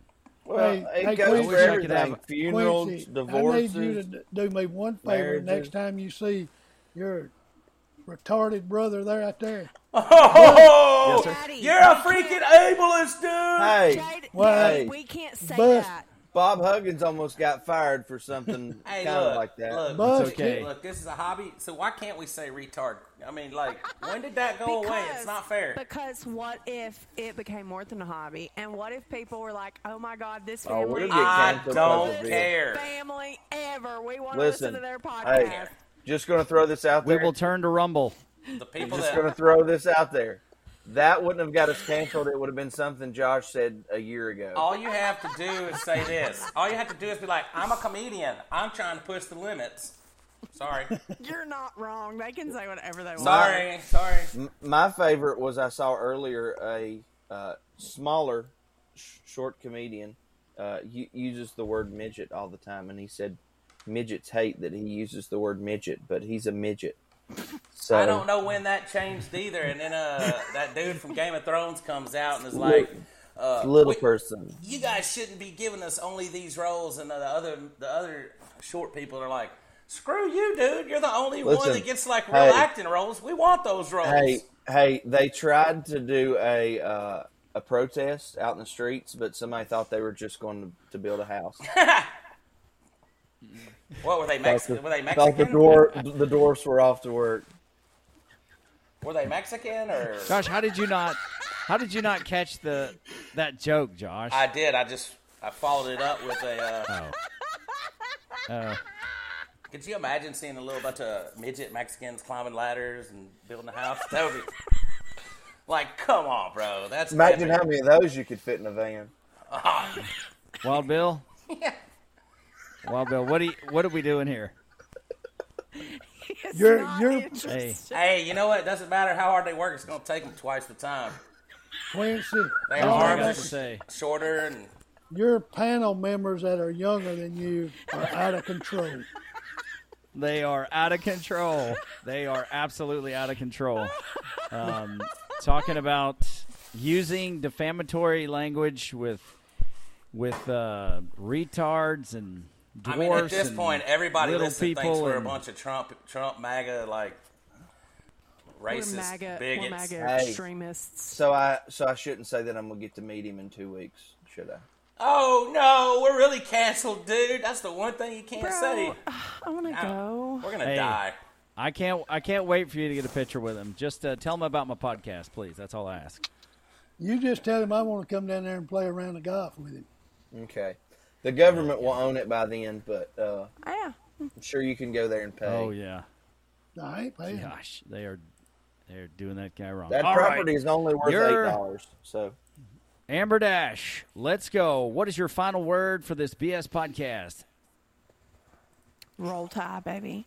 Well,
Hey,
it
hey,
goes
Quincy.
for
I wish
I could have
everything:
a-
funerals,
Quincy, I
divorces.
need you to d- do me one favor
marriages.
next time you see your retarded brother there out there.
Oh,
Daddy,
you're a freaking ableist, dude.
hey,
Jade,
Well,
Jade,
hey,
we can't say
but-
that.
Bob Huggins almost got fired for something
Hey,
kind
look,
of like that.
look,
But
It's okay.
look, this is a hobby, so why can't we say retard? I mean, like, when did that go away? It's not fair.
Because what if it became more than a hobby? And what if people were like, "Oh my God, this
Oh, we'll
family,
get
I
canceled
don't
because of this.
care.
family ever, we want to listen,
Listen,
to their podcast."
hey, just gonna throw this out
We
there.
will turn to Rumble.
The people
just
that
gonna throw this out there. That wouldn't have got us canceled. It would have been something Josh said a year ago.
all you have to do is say this. All you have to do is be like, I'm a comedian. I'm trying to push the limits. Sorry,
You're not wrong. They can say whatever they want.
sorry, sorry.
My favorite was I saw earlier a uh, smaller, sh- short comedian uh, u- uses the word midget all the time, and he said midgets hate that he uses the word midget, but he's a midget. So
I don't know when that changed either. And then uh, that dude from Game of Thrones comes out and is like, uh,
little
"We-
person.
you guys shouldn't be giving us only these roles. And the other, the other short people are like, screw you, dude. You're the only one
Listen,
that gets like real
hey.
acting roles. We want those roles.
Hey, hey, they tried to do a uh, a protest out in the streets, but somebody thought they were just going to, to build a house.
What were they
Thought
Mexican?
the-
Were they
Thought the
Mexican?
dwar- the dwarfs were off to work.
Were they Mexican or?
Josh, how did you not? How did you not catch the that joke, Josh?
I did. I just I followed it up with a. Uh,
oh. Oh.
Could you imagine seeing a little bunch of midget Mexicans climbing ladders and building a house? That would be like, come on, bro. That's
Imagine
epic.
how many of those you could fit in a van.
Wild Bill. Wild Bill, what do you, what are we doing here?
It's
You're-
not
you're-
interesting.
Hey, you know what? It doesn't matter how hard they work. It's gonna take them twice the time.
Quincy,
They
all
What I
are
got to
of
say.
shorter and
your panel members that are younger than you are out of control.
They are out of control. They are absolutely out of control. Um, talking about using defamatory language with with uh, retards and dwarfs.
I mean, at this
and
point, everybody
little
listening
people
thinks we're a
and-
bunch of Trump, Trump MAGA like racist
We're MAGA, we're
bigots.
MAGA
Hey.
extremists.
So I so I shouldn't say that I'm gonna get to meet him in two weeks, should I?
Oh no, we're really canceled, dude. That's the one thing you can't
Bro,
say.
I want to go.
We're gonna
Hey.
die.
I can't. I can't wait for you to get a picture with him. Just uh, tell him about my podcast, please. That's all I ask.
You just tell him I want to come down there and play a round of golf with him.
Okay. The government will own it by then, but uh,
Yeah.
I'm sure you can go there and pay.
Oh yeah,
All right, pay him.
gosh, they are they're doing that guy wrong.
That
All right.
property is only worth
You're-
eight dollars. So
Amber Dash, let's go. What is your final word for this BS podcast?
Roll tie, baby.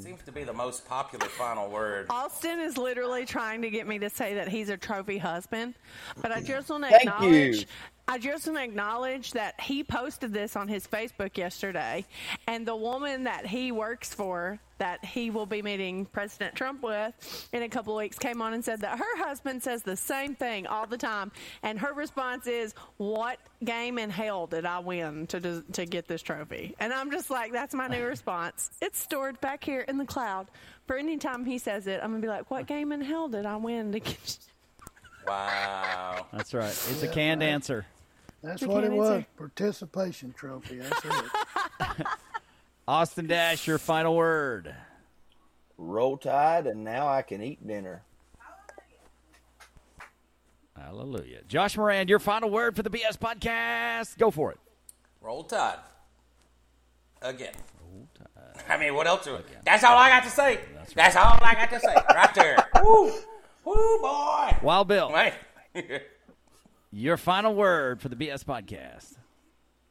Seems to be the most popular final word.
Austin is literally trying to get me to say that he's a trophy husband, but I just want to
Thank
acknowledge.
you.
I just want to acknowledge that he posted this on his Facebook yesterday, and the woman that he works for, that he will be meeting President Trump with in a couple of weeks, came on and said that her husband says the same thing all the time, and her response is, "What game in hell did I win to des- to get this trophy?" And I'm just like, "That's my new response. It's stored back here in the cloud for any time he says it. I'm gonna be like, "What game in hell did I win to get?"
Wow.
That's right. It's a canned answer.
That's
We
what it
can't
was.
answer.
Participation trophy. I said it.
Austin Dash, your final word.
roll tide, and now I can eat dinner.
Hallelujah. Josh Moran, your final word for the BS podcast. Go for it.
Roll Tide. Again. I mean, what else? Do That's all I got to say. That's, all I got to say. Right there. Woo. Woo, boy.
Wild Bill,
Wait.
your final word for the BS podcast.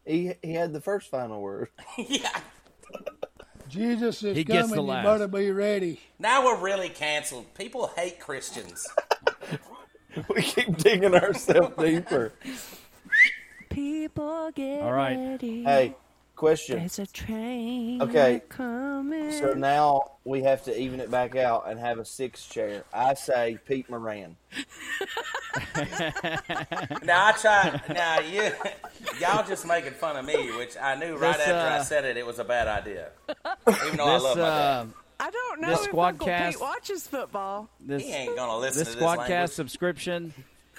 He he had the first final word.
yeah.
Jesus is
He gets
coming.
the
You
last.
better be ready.
Now we're really canceled. People hate Christians.
we keep digging ourselves deeper.
People get
All right.
ready.
Hey, question.
There's a train
Okay.
coming.
So now we have to even it back out and have a six chair. I say Pete Moran.
Now I try. Now you, y'all just making fun of me, which I knew right
This,
after I
uh,
said it, it was a bad idea. Even though I
This
love my dad,
uh,
I don't know
this
if
squad
Uncle
cast-
Pete watches football.
this
he ain't gonna listen
this
to this
Squadcast
language.
subscription.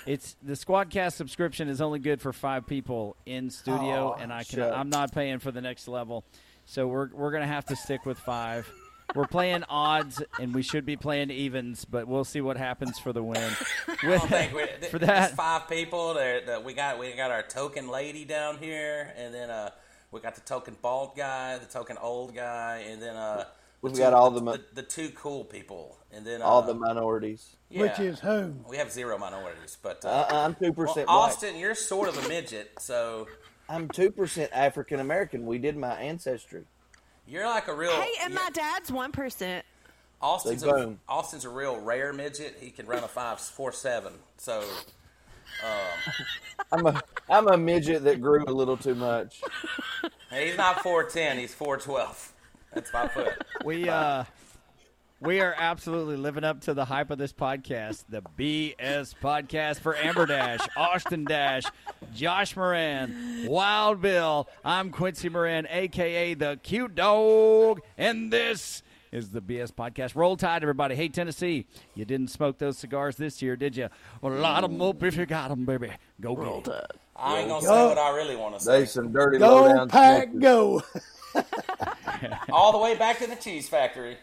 It's the Squadcast subscription is only good for five people in studio,
Oh,
and I can
shucks.
I'm not paying for the next level, so we're we're gonna have to stick with five. We're playing odds, and we should be playing evens, but we'll see what happens for the win. With-
I think we, th-
for that,
there's five people that, that we got. We got our token lady down here, and then uh, we got the token bald guy, the token old guy, and then uh, the
We've
two-
got all the mo-
the, the two cool people, and then uh,
All the minorities.
yeah.
Which is whom?
we have zero minorities, but uh,
Uh, I'm two
well,
percent black.
Austin, you're sort of a midget, so
I'm two percent African American. We did my ancestry.
you're like a real.
Hey, and my
you're-
dad's one percent.
Austin's
They
a,
boom.
Austin's a real rare midget. He can run a five four seven. So
I'm a I'm a midget that grew a little too much.
he's not four ten. He's four twelve. That's my foot.
we uh, we are absolutely living up to the hype of this podcast, the BS podcast for Amber Dash, Austin Dash, Josh Moran, Wild Bill. I'm Quincy Moran, aka the Cute Dog, and this is the BS podcast. Roll Tide, everybody. Hey Tennessee, you didn't smoke those cigars this year, did you? Well, light 'em up if you got 'em, baby. Go get 'em.
Tide.
I ain't gonna say what I really want to say.
They some dirty low
Go
down.
pack, go.
All the way back to the cheese factory.